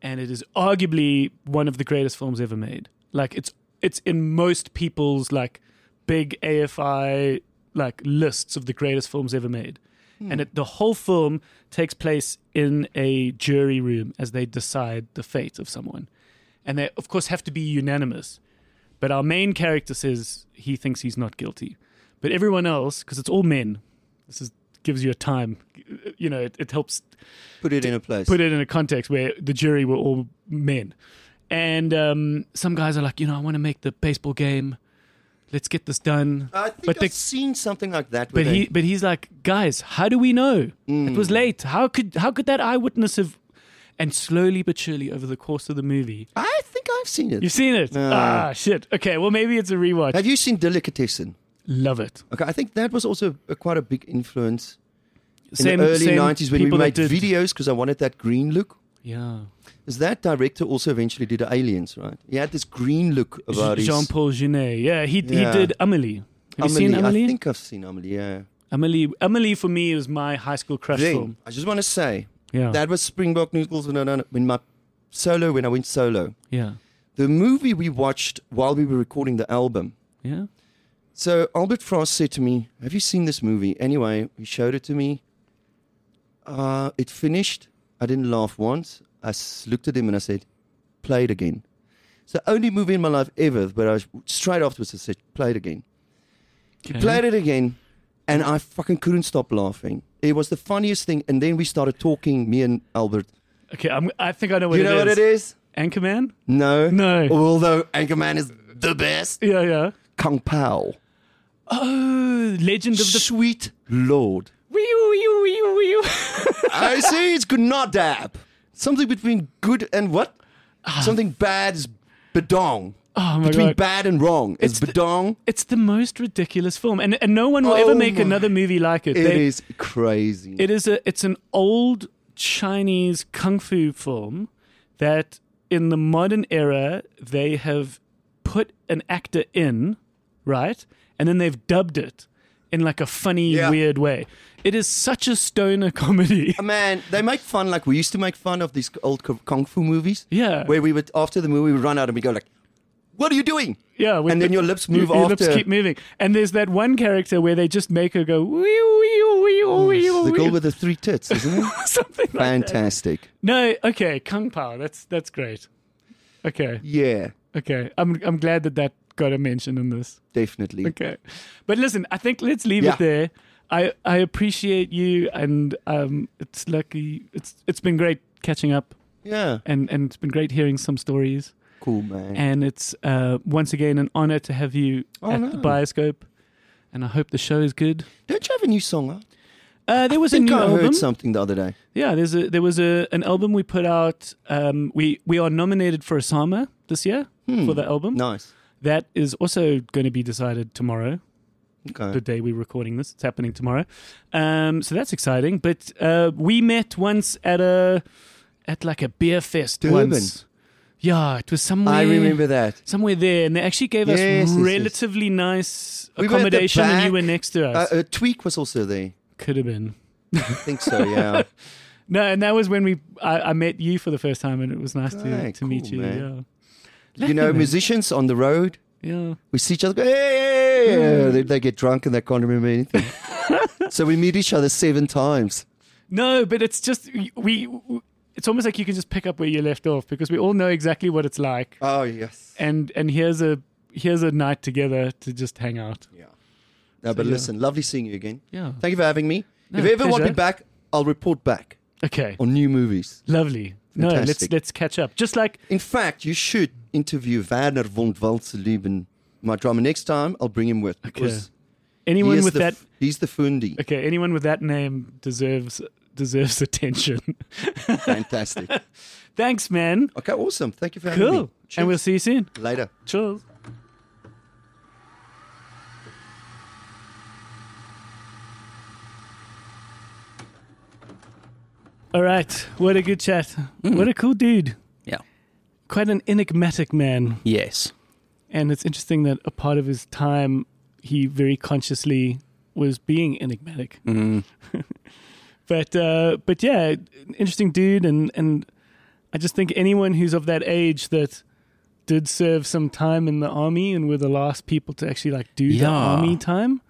And it is arguably one of the greatest films ever made. Like it's it's in most people's like big AFI like lists of the greatest films ever made. Hmm. And it, the whole film takes place in a jury room as they decide the fate of someone. And they of course have to be unanimous. But our main character says he thinks he's not guilty. But everyone else, because it's all men, this is gives you a time. You know, it, it helps put it in a place. put it in a context where the jury were all men. And um, some guys are like, you know, I want to make the baseball game. Let's get this done. I think but I've they- seen something like that. But where Mm. he, they- but he's like, guys, how do we know? It Hmm. was late. How could how could that eyewitness have? And slowly but surely, over the course of the movie, I think I've seen it. you've seen it. No. Ah, shit. Okay, well maybe it's a rewatch. Have you seen Delicatessen? Love it. Okay, I think that was also a, quite a big influence in Same- the early same 90s when we people that made did- videos because I wanted that green look. Yeah. Is that director also eventually did Aliens, right? He had this green look about Jean his. Paul Genet. Yeah, he Yeah. he did Amelie. Have you seen Amelie? I think I've seen Amelie, yeah. Amelie, Amelie for me was my high school crush Then, film. I just want to say Yeah, that was Springbok Noodles when, I, when my solo, when I went solo. yeah, The movie we watched while we were recording the album. yeah. So Albert Frost said to me, Have you seen this movie? Anyway, he showed it to me. Uh, it finished. I didn't laugh once. I s- looked at him and I said, Play it again. It's the only movie in my life ever, but I straight afterwards I said, Play it again. Okay. He played it again, and I fucking couldn't stop laughing. It was the funniest thing. And then we started talking, me and Albert. Okay, I'm, I think I know what you know what it is? Anchorman? No. No. Although Anchorman is the best. Yeah, yeah. Kung Pao. Oh, Legend of the. Sweet Lord. Wee-oo, wee-oo, wee-oo, wee-oo. Oh I say it's good not dab. Something between good and what? Something bad is bedong. Ah. oh my between god. bad and wrong is It's the- bedong. it's the most ridiculous film, and, and no one will Oh ever make my- another movie like it. It is They- crazy. It is a. It's an old Chinese kung fu film that, in the modern era, they have put an actor in, right, and then they've dubbed it in like a funny, Yeah. weird way. It is such a stoner comedy. Oh, Man, they make fun like we used to make fun of these old k- kung fu movies. Yeah. Where we would after the movie we would run out and we go like, "What are you doing?" Yeah, with And then your lips move your, your lips after. keep moving, and there's that one character where they just make her go wee wee wee wee It's wee Oh, the girl wee with the three tits, isn't it? something like that. Fantastic. No, okay, kung pao. That's that's great. Okay, Yeah, okay. I'm I'm glad that that got a mention in this. definitely. Okay, but listen, I think let's leave Mm. Yeah. it there. I I appreciate you, and um, it's lucky. It's it's been great catching up, Yeah, and and it's been great hearing some stories. cool man. And it's uh, once again an honor to have you Mm. Oh, at no. the Bioscope. And I hope the show is good. Don't you have a new song? Out? Uh, there was I a think new I album. heard something the other day. Yeah, there's a there was a an album we put out. Um, we we are nominated for Osama this year for the album. Hmm. Nice. That is also going to be decided tomorrow, the Okay. day we're recording this. It's happening tomorrow, um, so that's exciting. But uh, we met once at a at like a beer fest Durban. once. Yeah, it was somewhere. I remember that. somewhere there, and they actually gave Yes, us yes, yes. relatively nice We were at the accommodation, and you back. were next to Uh, us. uh, Tweak was also there. Could have been. I think so. Yeah. No, and that was when we I, I met you for the first time, and it was nice to, Right, to meet cool, you. man. Yeah. you know, Lucky, man. musicians on the road. Yeah, We see each other. Go, hey, hey, Hmm. hey," They, they get drunk and they can't remember anything. so we meet each other seven times. no, but it's just we. It's almost like you can just pick up where you left off because we all know exactly what it's like, Oh yes. and and here's a here's a night together to just hang out. Yeah. No, but yeah. listen, lovely seeing you again. Yeah. Thank you for having me. No, if you ever want me pleasure. back, I'll report back Okay. on new movies. Lovely. No, let's Fantastic. let's catch up. Just like In fact, you should interview Werner von Walzeleben, my drummer. Next time, I'll bring him with because he anyone is with the, that. f- he's the fundi. Okay, anyone with that name deserves deserves attention. Fantastic. Thanks, man. Okay, awesome. Thank you for having me. Cool. And we'll Cheers. see you soon. later. Cheers. All right. What a good chat. Mm. What a cool dude. Yeah. Quite an enigmatic man. Yes. And it's interesting that a part of his time, he very consciously was being enigmatic. Mm. But uh, but yeah, interesting dude, and and I just think anyone who's of that age that did serve some time in the army and were the last people to actually like do the Yeah. army time.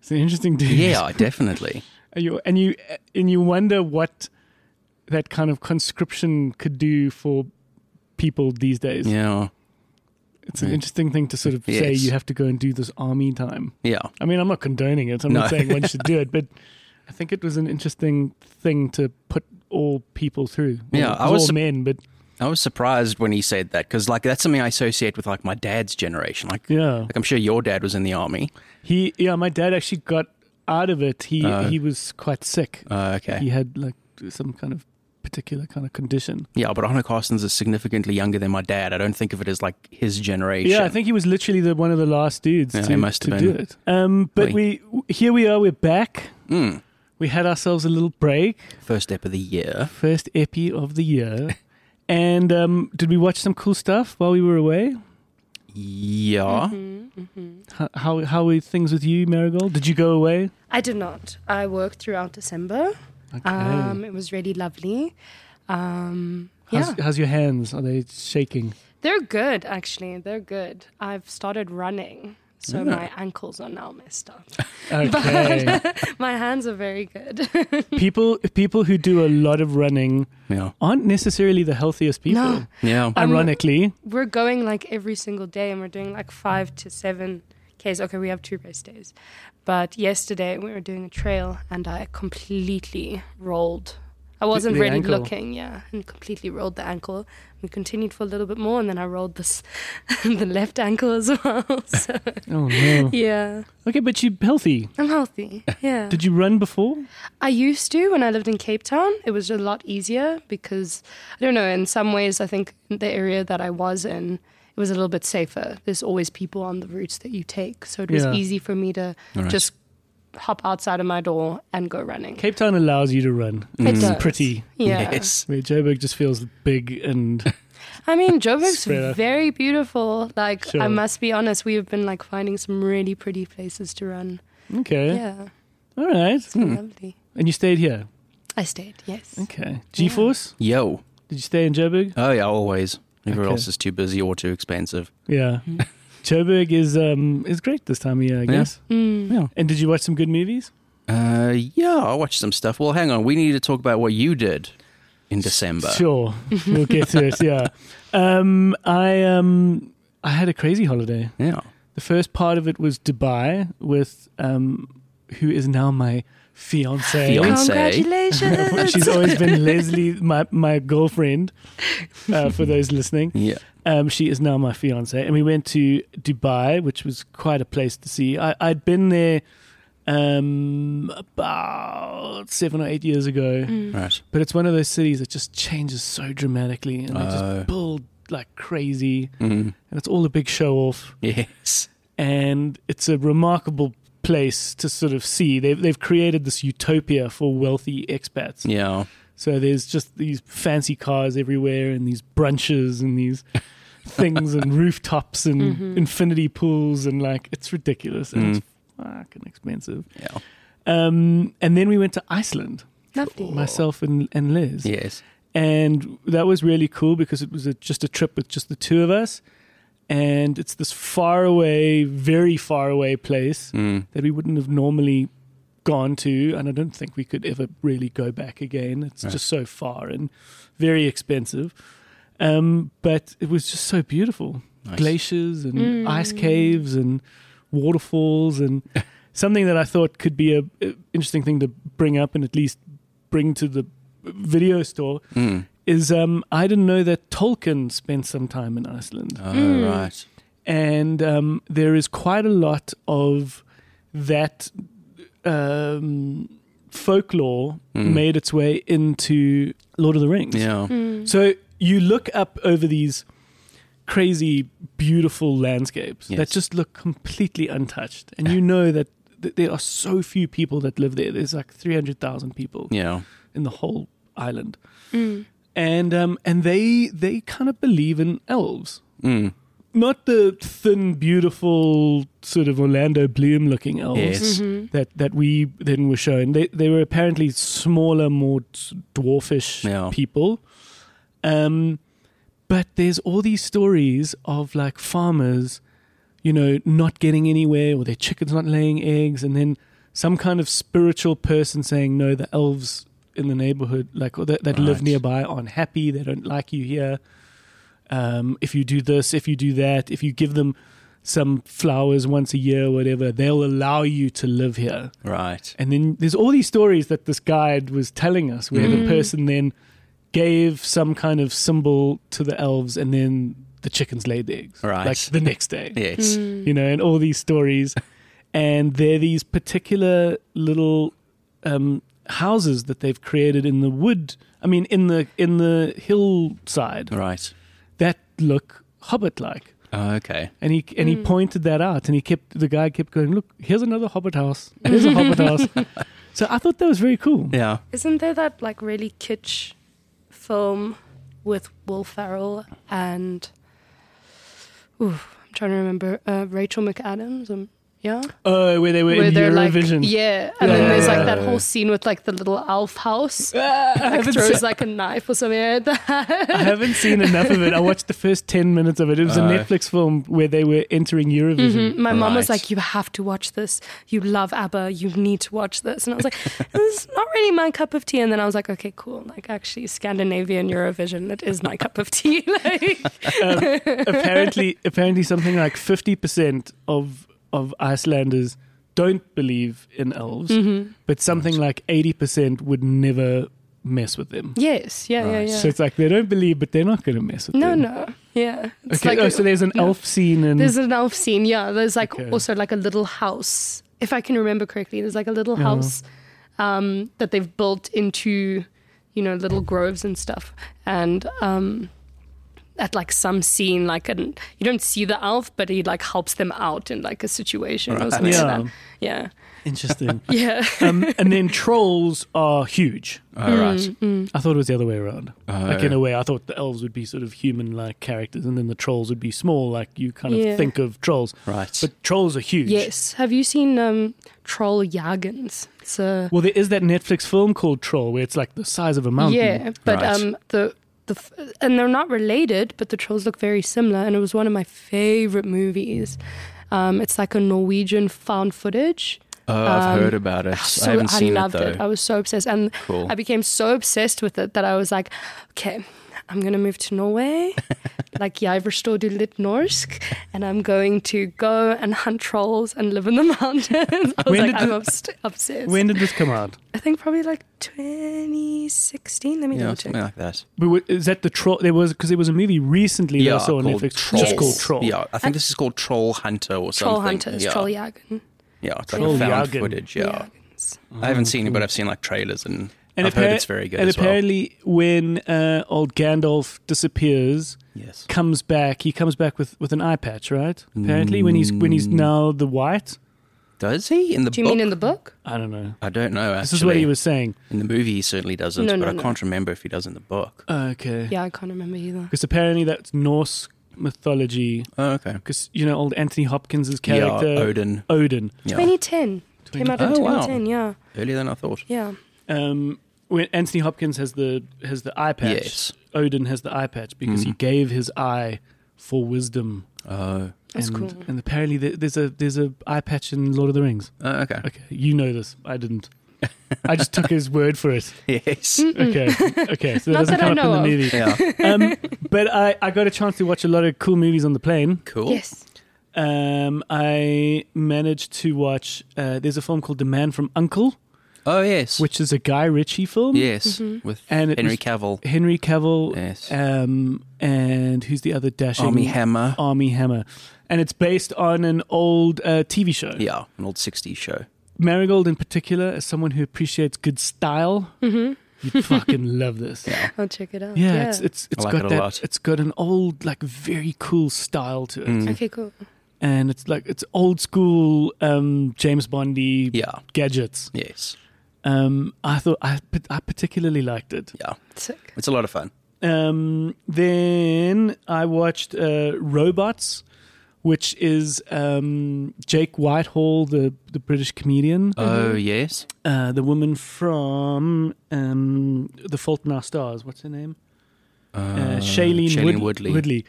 It's an interesting dude. Yeah, definitely. And you and you and you wonder what that kind of conscription could do for people these days. Yeah. It's an interesting thing to sort of say Yes. you have to go and do this army time. Yeah. I mean, I'm not condoning it. I'm not No. saying one should do it, but I think it was an interesting thing to put all people through. Yeah, Well, it I was all sup- men, but I was surprised when he said that because, like, that's something I associate with like my dad's generation. Like, yeah, like I'm sure your dad was in the army. he yeah, my dad actually got out of it. He he was quite sick. Uh, okay. He had like some kind of particular kind of condition. Yeah, but Arno Carstens is significantly younger than my dad. I don't think of it as like his generation. Yeah, I think he was literally the one of the last dudes Yeah, to, he must to have do been. it. Um, but Oi. we here we are. We're back. Mm. We had ourselves a little break. First step of the year. First epi of the year. And um, did we watch some cool stuff while we were away? Yeah. Mm, How, how how are things with you, Marigold? Did you go away? I did not. I worked throughout December. Okay. Um, it was really lovely. Um, how's, yeah, how's your hands? Are they shaking? they're good actually. They're good. I've started running, so my ankles are now messed up. Okay. my hands are very good. people people who do a lot of running Yeah. aren't necessarily the healthiest people. No. Um, Yeah. Ironically, we're going like every single day, and we're doing like five to seven k's. Okay, we have two race days, but yesterday we were doing a trail, and I completely rolled. I wasn't the really ankle. looking, yeah, and completely rolled the ankle. We continued for a little bit more, and then I rolled this the left ankle as well. So oh no. yeah, Okay, but you're healthy. I'm healthy. Yeah. Did you run before? I used to when I lived in Cape Town. It was a lot easier because I don't know. In some ways, I think the area that I was in it was a little bit safer. There's always people on the routes that you take, so it was Yeah. easy for me to right. just hop outside of my door and go running. Cape Town allows you to run. It does. Pretty. Yeah. Yes. Where Joburg just feels big and I mean, Joburg's Spread out. very beautiful. Like, I Sure. must be honest, we have been like finding some really pretty places to run. okay. Yeah, All right. it's been lovely. And you stayed here. I stayed. Yes. Hmm. Okay. G Force? Yo. Did you stay in Joburg? Oh yeah. Always. Everyone Okay. else is too busy or too expensive. Yeah. Mm-hmm. Joburg is um is great this time of year, I guess. Mm. Yeah. And did you watch some good movies? Uh, yeah. I watched some stuff. Well, hang on. We need to talk about what you did in December. Sure, we'll get to it. Yeah, um, I um, I had a crazy holiday. Yeah. The first part of it was Dubai with um, who is now my fiance. Fian- Don't say. Congratulations. She's always been Leslie, my my girlfriend. Uh, for those listening, Yeah. um, she is now my fiance, and we went to Dubai, which was quite a place to see. I, I'd been there um, about seven or eight years ago. Mm. Right. But it's one of those cities that just changes so dramatically and they Oh. just build like crazy. Mm. And it's all a big show off. Yes. And it's a remarkable place to sort of see. They've, they've created this utopia for wealthy expats. Yeah. So there's just these fancy cars everywhere and these brunches and these things and rooftops and infinity pools. And like, it's ridiculous and Mm. it's fucking expensive. Yeah. Um, and then we went to Iceland, Lovely. myself and, and Liz Yes. and that was really cool because it was a, just a trip with just the two of us and it's this far away very far away place Mm. that we wouldn't have normally gone to and i don't think we could ever really go back again it's just so far and very expensive um, but it was just so beautiful Nice. glaciers and ice caves and waterfalls and something that I thought could be a, a interesting thing to bring up and at least bring to the video store Mm. is um, I didn't know that Tolkien spent some time in Iceland, Oh, right. and um, there is quite a lot of that um, folklore made its way into Lord of the Rings. Mm. Hmm. Yeah. Mm. So you look up over these crazy, beautiful landscapes that Yes. just look completely untouched, and you know that. th- There are so few people that live there. There's like 300,000 people Yeah. in the whole island. Mm. And um, and they they kind of believe in elves. Mm. Not the thin, beautiful sort of Orlando Bloom looking elves Yes. Mm-hmm. that, that we then were shown. They they were apparently smaller, more d- dwarfish Yeah. people. Um, but there's all these stories of like farmers, you know, not getting anywhere or their chickens not laying eggs, and then some kind of spiritual person saying, "No, the elves in the neighborhood, like or that, that live Right. nearby, aren't happy. They don't like you here. Um, if you do this, if you do that, if you give them." Some flowers once a year, whatever, they'll allow you to live here. Right. And then there's all these stories that this guide was telling us where Mm. the person then gave some kind of symbol to the elves and then the chickens laid the eggs. Right. Like the next day. Yes. Mm. You know, and all these stories. and they're these particular little um, houses that they've created in the wood I mean in the in the hillside Right. that look hobbit like. Oh, okay. And he and he pointed that out, and he kept the guy kept going. Look, here's another Hobbit house. Here's a Hobbit house. So I thought that was very cool. Yeah. Isn't there that like really kitsch film with Will Ferrell and oof, I'm trying to remember uh, Rachel McAdams? Um, yeah, Oh, where they were in they're Eurovision. like yeah, and then Yeah. there's like that whole scene with like the little elf house. Ah, like throws like a knife or something like that. I haven't seen enough of it. I watched the first ten minutes of it. It was Oh. a Netflix film where they were entering Eurovision. Mm-hmm. My mom was Right. like, "You have to watch this. You love ABBA. You need to watch this." And I was like, "It's not really my cup of tea." And then I was like, "Okay, cool. Like, actually, Scandinavian Eurovision. It is my cup of tea." like, Um, apparently, apparently, something like fifty percent of of Icelanders don't believe in elves, Mm. Mm-hmm. but something like eighty percent would never mess with them. yes, yeah, Right. yeah, So yeah. it's like they don't believe, but they're not going to mess with No, them. no, yeah. It's Okay. like oh, so there's an elf scene and there's an elf scene. Yeah, there's like Okay. also like a little house, if I can remember correctly. There's like a little Yeah. house um, that they've built into, you know, little groves and stuff. And um, at like some scene, like an, you don't see the elf, but he like helps them out in like a situation or something Yeah. like that. Yeah, interesting. yeah. um, and then trolls are huge. All Oh, right. Mm. I thought it was the other way around. Oh. like in a way, I thought the elves would be sort of human-like characters, and then the trolls would be small, like you kind of Yeah. think of trolls. Right. But trolls are huge. yes. Have you seen um, Troll Jagens? It's a Well, there is that Netflix film called Troll, where it's like the size of a mountain. Yeah, but Right. um, the the f- and they're not related, but the trolls look very similar, and it was one of my favorite movies. Um, it's like a Norwegian found footage. oh, I've um, heard about it. So I haven't seen loved it though. I was so obsessed, and Cool. I became so obsessed with it that I was like, okay. I'm gonna move to Norway, like Jæverstå du litt norsk, and I'm going to go and hunt trolls and live in the mountains. I was When like, did I'm the- obs- obsessed. When did this come out? I think probably like 2016. Let me yeah, double check. something like that. We were- Is that the troll? There was because there was a movie recently that I saw on Netflix just Yes. called Troll. Yeah, I think this is called Troll Hunter or something. Troll hunters, yeah. troll jagen. Yeah, it's like Troll a found Jagen. footage. Yeah, I haven't seen it, but I've seen like trailers and, And I've heard appar- it's very good And as well. apparently, when uh, old Gandalf disappears, Yes. comes back. He comes back with, with an eye patch, right? Apparently, when he's when Mm. he's now the White. Does he in the Do you book? mean in the book? I don't know. I don't know. Actually, This is what he was saying. in the movie. He certainly doesn't, No, but no, I no. can't remember if he does in the book. Okay. Yeah, I can't remember either. Because apparently that's Norse mythology. Oh, okay. Because you know old Anthony Hopkins' Yeah, character Odin. Odin. Yeah, 2010. Came out in Oh, wow. 2010, yeah. earlier than I thought. Yeah. Um, when Anthony Hopkins has the has the eye patch, Yes. Mm. Odin has the eye patch because he gave his eye for wisdom. Oh, That's and, cool. And apparently there- there's a there's a eye patch in Lord of the Rings. oh okay. Okay, you know this. I didn't. I just took his word for it. Yes. Mm. Okay, okay. So that Not doesn't that I come up in know the of. movie. yeah. Um, but I, I got a chance to watch a lot of cool movies on the plane. Cool. Yes. Um, I managed to watch. Uh, there's a film called The Man from Uncle, Oh yes. which is a Guy Ritchie film. yes Mm-hmm. with And it Henry was- Cavill. Henry Cavill. Yes. Um, and who's the other dashing Army Hammer. Army Hammer. And it's based on an old uh, TV show. Yeah, an old '60s show. Marigold, in particular, is someone who appreciates good style. You fucking love this. Mm-hmm. Yeah, I'll check it out. it's it's it's like got it a that. lot. It's got an old, like, very cool style to it. Mm. okay, cool. and it's like it's old school um, James Bondy Yeah. gadgets, Yes. Um, I thought I, I particularly liked it. Yeah, Sick. it's a lot of fun. Um, then I watched uh, Robots, which is um, Jake Whitehall, the the British comedian, Mm-hmm. Oh yes, uh, the woman from um, The Fault in Our Stars. What's her name? uh, Shailene, Shailene Wood- Woodley. Woodley.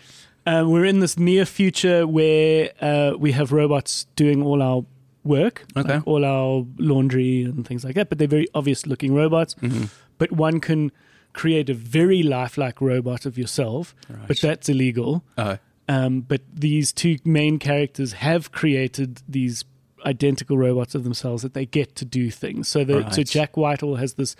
Uh, we're in this near future where uh, we have robots doing all our work, Okay. like all our laundry and things like that. But they're very obvious looking robots. Mm-hmm. But one can create a very lifelike robot of yourself, but that's illegal. Oh. Um, but these two main characters have created these identical robots of themselves that they get to do things. So, the, so Right. Jack Whitehall has this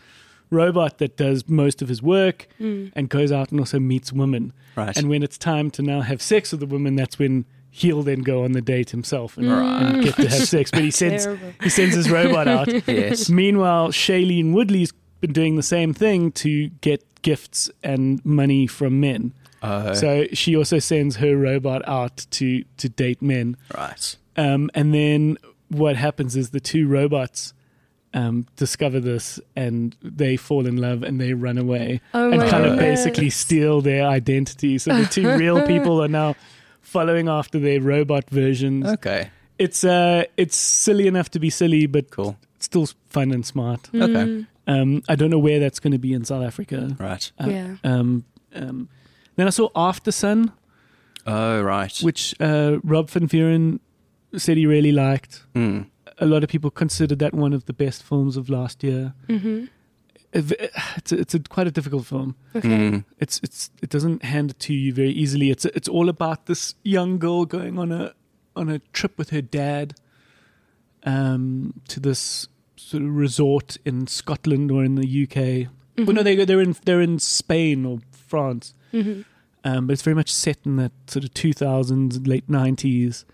robot that does most of his work and goes out and also meets women. Right. And when it's time to now have sex with the woman, that's when he'll then go on the date himself Mm. Mm. and, and get to have sex. But he sends Terrible. he sends his robot out. Yes. Meanwhile, Shailene Woodley's been doing the same thing to get gifts and money from men. Oh, So she also sends her robot out to to date men. right. Um, and then what happens is the two robots um, discover this and they fall in love and they run away Oh and my kind of goodness. basically steal their identity. So the two real people are now following after their robot versions. Okay. It's uh, it's silly enough to be silly, but Cool. still fun and smart. Mm. Okay. Um, I don't know where that's going to be in South Africa. Right. Uh, Yeah. Um, um, then I saw After Sun, Oh right. which uh, Rob Van Vieren said he really liked. Mm. A lot of people considered that one of the best films of last year. Mm-hmm. It's a, it's a, quite a difficult film. Okay. Mm. It's it's it doesn't hand it to you very easily. It's it's all about this young girl going on a on a trip with her dad um, to this sort of resort in Scotland or in the UK. Well, no, they go- they're in they're in Spain or France. Mm-hmm. um, but it's very much set in that sort of 2000s, late 90s,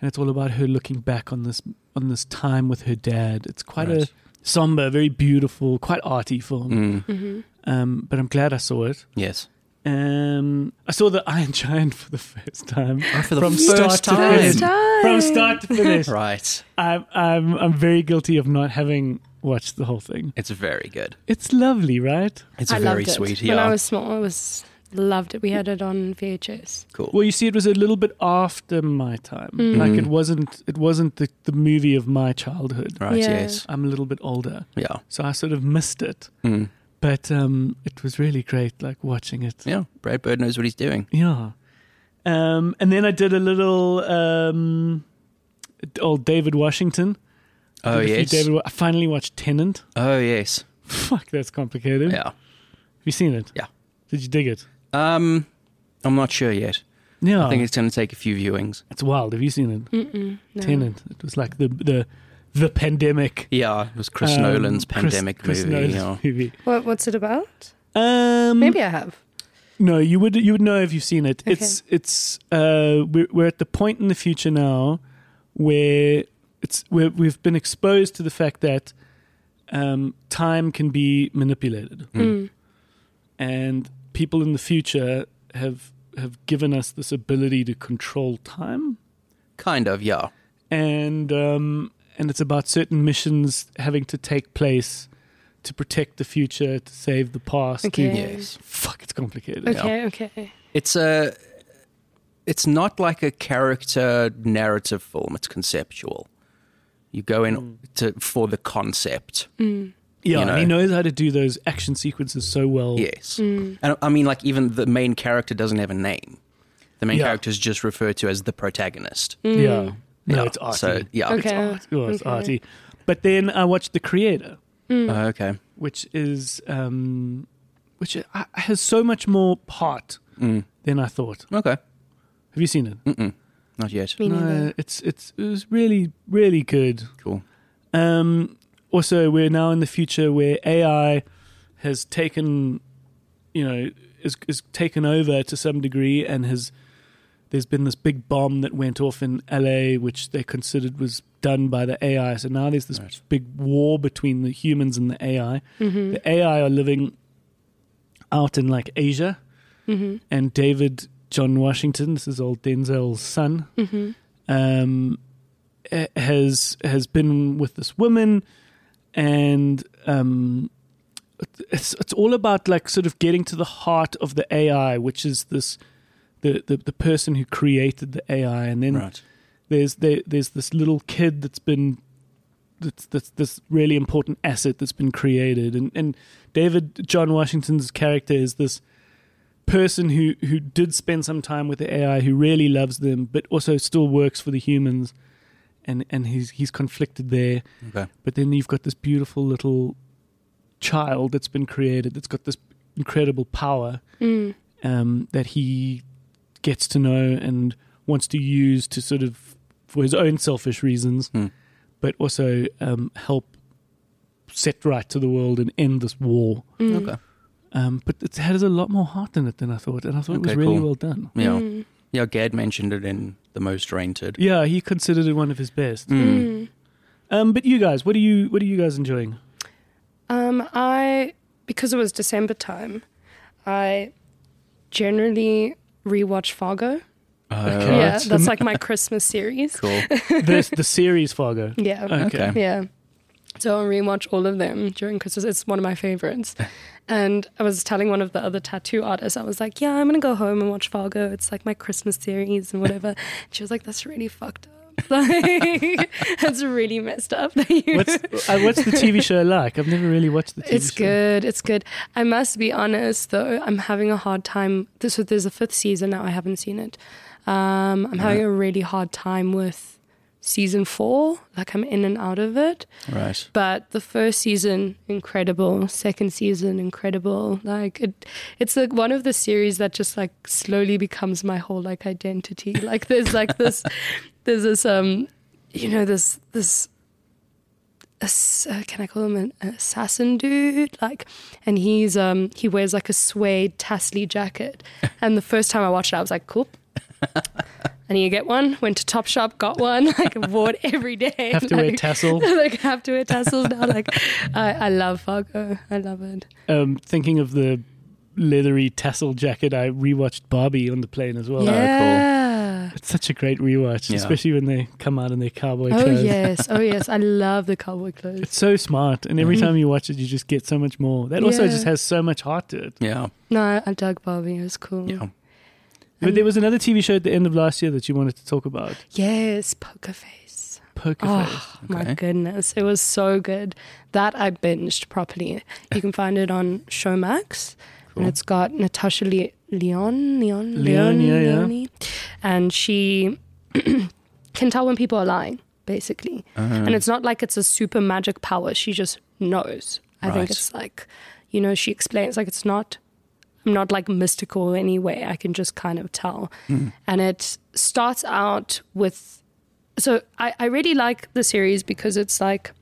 and it's all about her looking back on this on this time with her dad. It's quite a Right. somber, very beautiful, quite arty film. Mm. Mm-hmm. Um, but I'm glad I saw it. Yes. Um, I saw the Iron Giant for the first time. Oh, for the From first start to time. finish. From start to finish, Right. I'm, I'm I'm very guilty of not having watched the whole thing. It's very good. It's lovely, right? It's I very loved it. sweet. When yeah. I was small, I was loved it. We had it on VHS. cool. Well, you see, it was a little bit after my time. Like Mm. it wasn't it wasn't the, the movie of my childhood. right. Yeah. Yes. I'm a little bit older, Yeah. so I sort of missed it. Mm. But um, it was really great, like watching it. Yeah. Brad Bird knows what he's doing. Yeah. Um, and then I did a little um, old David Washington. Oh Did a few yes. David, Wa- I finally watched Tenant. oh yes. Fuck, that's complicated. Yeah. Have you seen it? Yeah. Did you dig it? Um, I'm not sure yet. Yeah. I Oh. think it's going to take a few viewings. it's wild. Have you seen it? Mm-mm, no. Tenant. It was like the the the pandemic. Yeah, it was Chris um, Nolan's Chris- pandemic Chris movie. Nolan's yeah. movie. What, what's it about? Mm. Um, Maybe I have. No, you would you would know if you've seen it. Okay. It's it's uh, we're we're at the point in the future now where it's where we've been exposed to the fact that um, time can be manipulated, Mm. and people in the future have have given us this ability to control time, Kind of, yeah. and um, and it's about certain missions having to take place to protect the future, to save the past. to- Okay. Yeah. Yes. Fuck, it's complicated. Okay, okay. It's a it's not like a character narrative film, it's conceptual. You go in to for the concept. Mm. Yeah, you and he knows how to do those action sequences so well. Yes. Mm. And I mean like even the main character doesn't have a name. The main Yeah. character is just referred to as the protagonist. Mm. Yeah. No, Yeah. it's arty. So, yeah. Okay. It's, art- oh, it's Okay. arty. But then I watched The Creator, Mm. Oh, okay. which is um, which uh, has so much more heart than I thought. Mm. Okay. Have you seen it? Not yet. Me neither. No, it's it's it was really really good. Cool. Um, also, we're now in the future where AI has taken, you know, is, is taken over to some degree, and has there's been this big bomb that went off in LA, which they considered was done by the AI. So now there's this Right. big war between the humans and the AI. The AI are living out in like Asia, and David John Washington, this is old Denzel's son, um, eh, has has been with this woman, and um, it's it's all about like sort of getting to the heart of the AI, which is this the the, the person who created the AI, and then Right. there's there, there's this little kid that's been that's, that's this really important asset that's been created, and and David John Washington's character is this person who who did spend some time with the AI, who really loves them, but also still works for the humans, and and he's he's conflicted there. Okay. But then you've got this beautiful little child that's been created that's got this incredible power Mm. um, that he gets to know and wants to use to sort of for his own selfish reasons, Hmm. but also um, help set right to the world and end this war. Mm. Okay. Um, but it has a lot more heart in it than I thought, and I thought it was Okay, really cool. well done. Yeah. Mm. Yeah. Gad mentioned it in the most rented. Yeah, he considered it one of his best. Mm. Mm. Um, but you guys, what are you what are you guys enjoying? Um, I because it was December time, I generally rewatch Fargo. Okay. Yeah, Right. that's like my Christmas series. Oh, Cool. the the series Fargo. Yeah. Okay. Yeah. So I'll rewatch all of them during Christmas. It's one of my favorites. And I was telling one of the other tattoo artists, I was like, yeah, I'm going to go home and watch Fargo. It's like my Christmas series and whatever. And she was like, that's really fucked up. Like, that's really messed up. that you- What's uh, what's the TV show like? I've never really watched the TV it's show. good. It's good. I must be honest, though. I'm having a hard time. This, so there's a fifth season now. I haven't seen it. Um, I'm having a really hard time with season four. Like, I'm in and out of it. Right. But the first season, incredible. Second season, incredible. Like it, it's like one of the series that just like slowly becomes my whole like identity. Like there's like this, there's this um, you know this this. ass- Uh, can I call him an assassin dude? Like, and he's um he wears like a suede tassely jacket. And the first time I watched it, I was like, cool. I need to get one. Went to Top Shop, got one. Like, wore it every day. Have to wear Like- tassel. like have to wear tassels now. Like I, I love Fargo. I love it. Um, thinking of the leathery tassel jacket, I rewatched Barbie on the plane as well. yeah. It's such a great rewatch, Yeah. especially when they come out in their cowboy Oh clothes. yes. Oh yes. I love the cowboy clothes. It's so smart, and every Mhm. time you watch it, you just get so much more. That also Yeah. just has so much heart to it. Yeah. No, I, I dug Barbie. It was cool. Yeah. But there was another TV show at the end of last year that you wanted to talk about, Yes. Poker face. Poker Face. Oh Okay. my goodness. It was so good. That I binged properly. You can find it on Showmax. Cool. And it's got Natasha Le- Leon, Leon, Leon, yeah, yeah. Leonie. And she can tell when people are lying, basically. And it's not like it's a super magic power. She just knows. I Right. think it's like, you know, she explains, like, it's not, I'm not like mystical in any way. I can just kind of tell. And it starts out with, so I, I really like the series because it's like,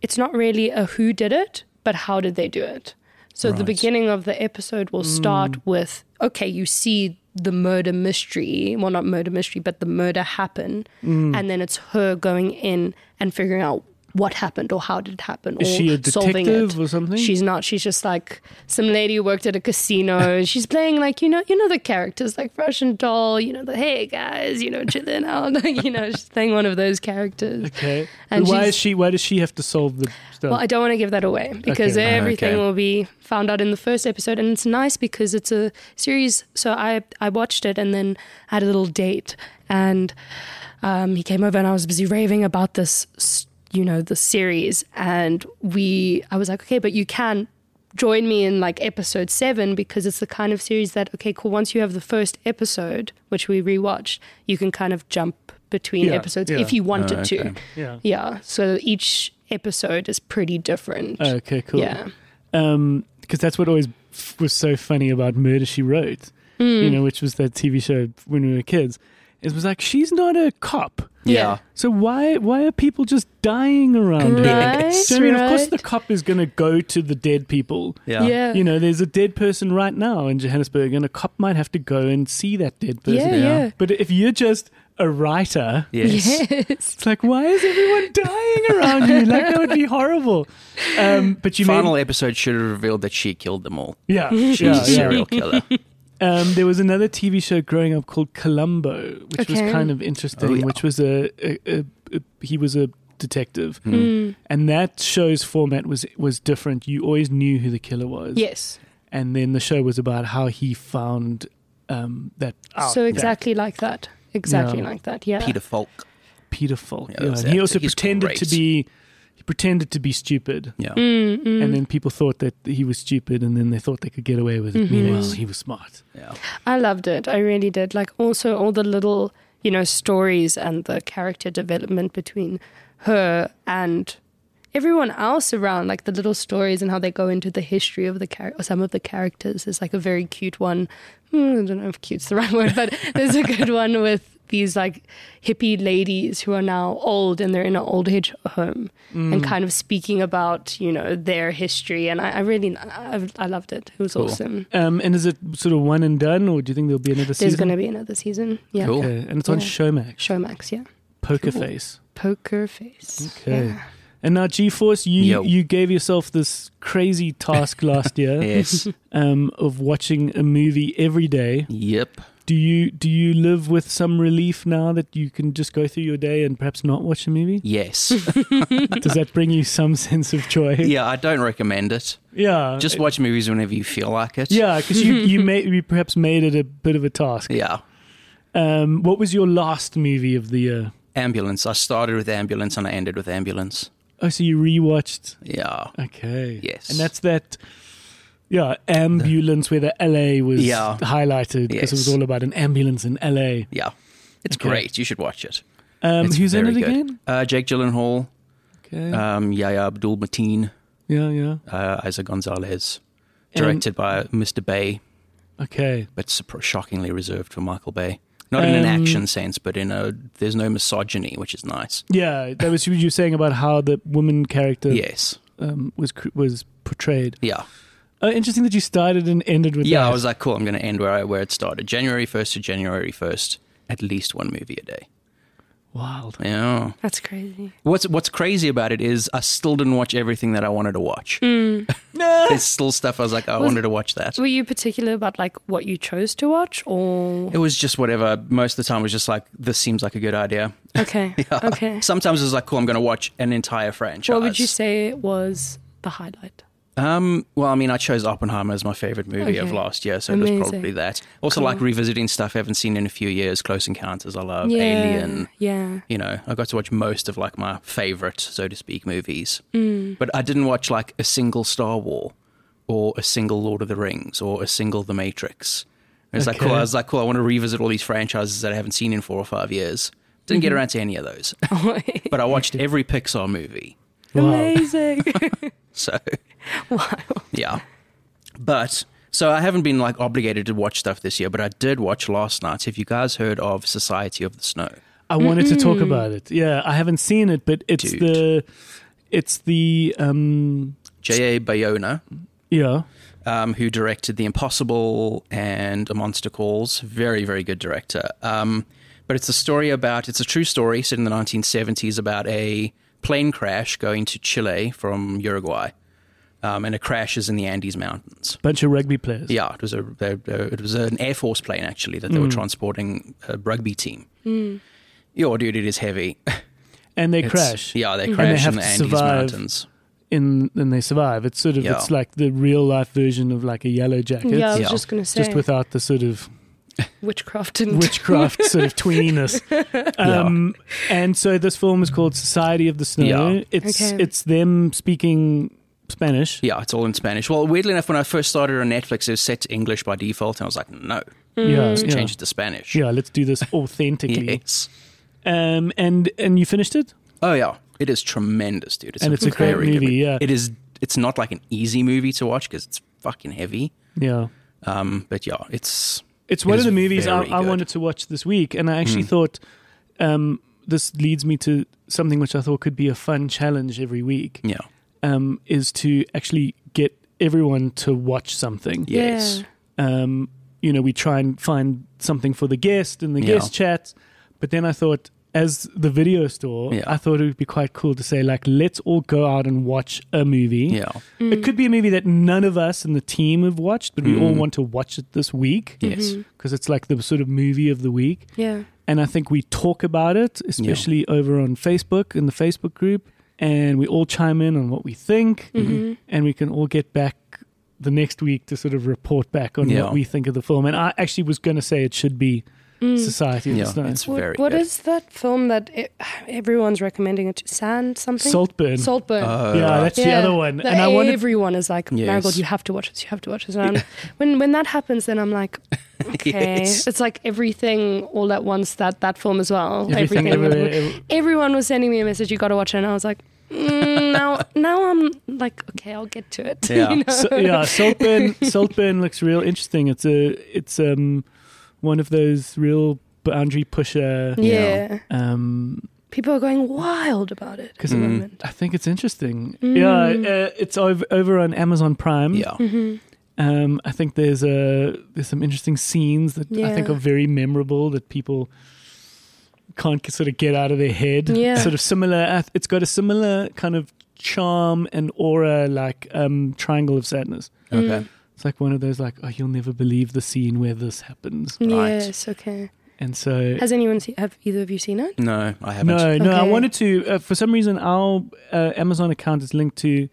it's not really a who did it, but how did they do it. So the Right. beginning of the episode will start Mm. with okay, you see the murder mystery, well, not murder mystery, but the murder happen, Mm. and then it's her going in and figuring out what happened or how did it happen Is or she a oh, solving detective it. or something? She's not. She's just like some lady who worked at a casino. She's playing like you know, you know the characters like Russian Doll. You know the hey guys, you know chilling out. you know she's playing one of those characters. Okay. And But why she's- is she? Why does she have to solve the stuff? Well, I don't want to give that away because Okay. everything Okay. will be found out in the first episode, and it's nice because it's a series. So I I watched it and then had a little date, and um, he came over and I was busy raving about this, s- you know, the series, and we I was like, okay, but you can join me in like episode seven because it's the kind of series that okay, cool. Once you have the first episode, which we rewatched, you can kind of jump between Yeah, episodes yeah. if you wanted Oh, okay. to. yeah. Yeah. So each episode is pretty different. Okay. Oh, Cool. Yeah. um because that's what always f- was so funny about murder she wrote Mm. you know which was that tv show when we were kids it was like she's not a cop Yeah. so why why are people just dying around her Right, So, I mean, of course the right. Uh. cop is going to go to the dead people Yeah. Yeah. Yeah. you know there's a dead person right now in johannesburg and a cop might have to go and see that dead person yeah. Yeah. but if you're just a writer Yes. Yes. it's like why is everyone dying around you like that would be horrible um but you Final made episode should have revealed that she killed them all. yeah She's yeah, a yeah. serial killer. Um, there was another TV show growing up called Columbo, which Okay. was kind of interesting. Oh, yeah. Which was a, a, a, a he was a detective, Hmm. Mm. Mm. and that show's format was was different. You always knew who the killer was, Yes. and then the show was about how he found um, that out. Oh. so that exactly like that. Exactly Yeah. like that. Yeah. Peter Falk. Peter Falk. Yeah, Yeah, that's and he it. also He's pretended to great. be he pretended to be stupid, Yeah. Mm. and then people thought that he was stupid, and then they thought they could get away with Mm-hmm. it. Meanwhile, he was smart. Yeah. I loved it. I really did. Like also all the little, you know, stories and the character development between her and everyone else around, like the little stories and how they go into the history of the character, some of the characters. There's like a very cute one. Hmm, I don't know if cute's the right word, but there's a good one with these like hippie ladies who are now old and they're in an old age home and Mm. Hmm. kind of speaking about you know their history and I, I really I, I loved it it was Cool. awesome Um, and is it sort of one and done, or do you think there'll be another there's season? going to be another season. Yeah. Cool. Okay, and it's on Yeah. Showmax. Showmax, yeah. Poker Face. Poker Face. Okay. Yeah. And now, GeForce, you Yo. you gave yourself this crazy task last year Yes. um, of watching a movie every day. yep. Do you do you live with some relief now that you can just go through your day and perhaps not watch a movie? Yes. Does that bring you some sense of joy? yeah, I don't recommend it. yeah. Uh, Just watch movies whenever you feel like it. yeah, because you you, made, you perhaps made it a bit of a task. Yeah. Um, what was your last movie of the year? Ambulance. I started with ambulance and I ended with ambulance. Oh, so you rewatched Yeah. Okay. Yes. And that's that. Yeah, ambulance where the LA was Yeah. highlighted because Yes. it was all about an ambulance in LA. Yeah. It's Okay. great. You should watch it. Um, It's who's in it very good. again? Uh, Jake Gyllenhaal, Okay. um, Yaya Abdul Mateen, yeah, yeah. uh, Isa Gonzalez. And- Directed by Mr. Bay, Okay. but sur- shockingly reserved for Michael Bay. Not in an Um, action sense, but in a there's no misogyny, which is nice. Yeah, that was what you were saying about how the woman character Yes. um, was cr- was portrayed. Yeah. Oh, interesting that you started and ended with Yeah, that. I was like, cool, I'm going to end where, I, where it started. January 1st to January 1st, at least one movie a day. wild. Yeah. That's crazy. What's, what's crazy about it is I still didn't watch everything that I wanted to watch. There's still stuff I was like, oh, I Hmm. Was- wanted to watch that. Were you particular about like what you chose to watch or It was just whatever. Most of the time, it was just like, this seems like a good idea. Okay. Okay. Sometimes it was like, cool, I'm going to watch an entire franchise. What would you say was the highlight? Um, well, I mean, I chose Oppenheimer as my favorite movie of Okay. last year, so it was Amazing. probably that. Also, Cool. like revisiting stuff I haven't seen in a few years. Close Encounters, I love. Alien. Yeah. you know, I got to watch most of like my favorite, so to speak, movies. But I didn't watch like a single Star War or a single Lord of the Rings or a single The Matrix. And It's like cool. Okay. I was like, cool. I want to revisit all these franchises that I haven't seen in four or five years. Didn't get around to any of those, but I watched every Pixar movie. Wow. Amazing. So, yeah. But so I haven't been like obligated to watch stuff this year, but I did watch last night. Have you guys heard of Society of the Snow? I wanted to talk about it. Yeah, I haven't seen it, but it's Dude. the it's the um J.A. Bayona, yeah. um, who directed The Impossible and A Monster Calls. Very, very good director. Um, but it's a story about, it's a true story set in the 1970s about a plane crash going to Chile from Uruguay. Um, and it crashes in the Andes Mountains. Bunch of rugby players. Yeah, it was a they- uh, it was an air force plane actually that they Hmm. were transporting a rugby team. Mm. Yo, dude, it is heavy. And they It's- crash. Yeah, they And crash have in the to Andes survive Mountains. in and they survive. It's sort of Yeah. it's like the real life version of like a yellow jacket. yeah, I was Yeah. just gonna say Just without the sort of witchcraft and witchcraft sort of tweeniness. Um, And so this film is called Society of the Snow. Yeah. It's Okay. it's them speaking Spanish. Yeah, it's all in Spanish. Well, weirdly enough, when I first started on Netflix, it was set to English by default, and I was like, no, Mm. Yeah, yeah. change it to Spanish. Yeah, let's do this authentically. Yes. Um, and and you finished it. Oh yeah, it is tremendous, dude. It's And a it's a great very good movie, yeah. it is. It's not like an easy movie to watch because it's fucking heavy. Yeah. Um, but yeah, it's It's one of It is the movies I, very I good. Hmm. wanted to watch this week, and I actually thought um, this leads me to something which I thought could be a fun challenge every week. yeah, Um, is to actually get everyone to watch something. Yeah. yes, Um, you know, we try and find something for the guest and the Yeah. guest chat, but then I thought as the video store, Yeah. I thought it would be quite cool to say like, let's all go out and watch a movie. Yeah. It Mm. could be a movie that none of us in the team have watched, but we Hmm. all want to watch it this week Yes. Mm-hmm. because it's like the sort of movie of the week. Yeah. And I think we talk about it, especially over on Facebook in the Facebook group, and we all chime in on what we think, Mm-hmm. and we can all get back the next week to sort of report back on Yeah. what we think of the film. And I actually was going to say it should be Mm. Society of Yeah, the Snow. it's Mm. What- very what good. is that film that e- everyone's recommending it? to- Sand something? Saltburn. Saltburn. Uh, Oh, yeah, that's the other one. that And I wanted everyone is like, Yes. Marigold, you have to watch this. You have to watch this. And I'm, when when that happens, then I'm like, okay, Yes. it's like everything all at once. That that film as well. everything, everywhere. ev- Everyone was sending me a message. You got to watch it. And I was like, mm, now now I'm like, okay, I'll get to it. Yeah. you know? so, yeah, Saltburn. Saltburn looks real interesting. It's a it's um one of those real boundary pusher. yeah. Um, People are going wild about it. because at the moment. I think it's interesting. Mm. Yeah, uh, it's over, over on Amazon Prime. Yeah. Mm-hmm. Um, I think there's a there's some interesting scenes that I think Yeah. are very memorable that people can't sort of get out of their head. Yeah. Sort of similar. It's got a similar kind of charm and aura like um, Triangle of Sadness. Okay. Mm-hmm. It's like one of those like, oh, you'll never believe the scene where this happens. Right. Yes. Okay. And so, Has anyone seen? Have either of you seen it? No, I haven't. no, no, I Okay. wanted to. Uh, for some reason, our uh, Amazon account is linked to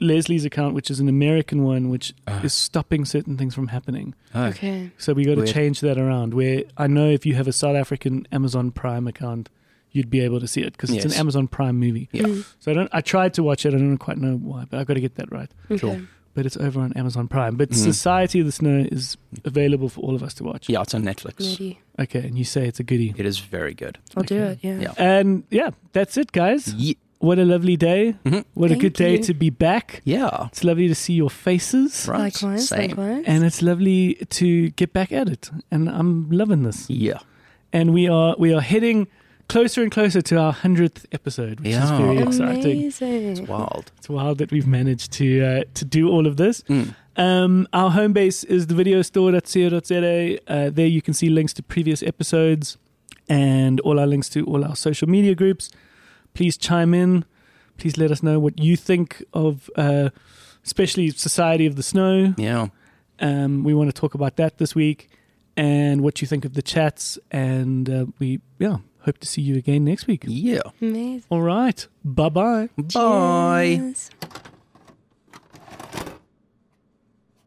Leslie's account, which is an American one, which Ah. is stopping certain things from happening. Oh, Okay. So we got to Weird. change that around. Where I know if you have a South African Amazon Prime account, you'd be able to see it because it's Yes. an Amazon Prime movie. Yeah. Mm. So I don't. I tried to watch it. I don't quite know why, but I got to get that right. Okay. Cool. But it's over on Amazon Prime. But Society of the Snow is available for all of us to watch. Mm-hmm. Yeah, it's on Netflix. Maybe. Okay, and you say it's a goodie. It is very good. I'll do Okay. it. Yeah. Yeah. And yeah, that's it, guys. Ye- What a lovely day. Mhm. What a Thank good day you. to be back. Yeah. It's lovely to see your faces. Right. Likewise. Same. Likewise. And it's lovely to get back at it. And I'm loving this. Yeah. And we are we are heading closer and closer to our hundredth episode, which is Yeah. very exciting. Amazing. Wild. It's wild that we've managed to uh, to do all of this. Mm. Um, our home base is the videostore.co.za. Uh, there you can see links to previous episodes and all our links to all our social media groups. Please chime in. Please let us know what you think of, uh, especially Society of the Snow. Yeah. Um, we want to talk about that this week and what you think of the chats. And uh, we, yeah, hope to see you again next week. Yeah. Amazing. All right. Bye bye. Bye. Cheers.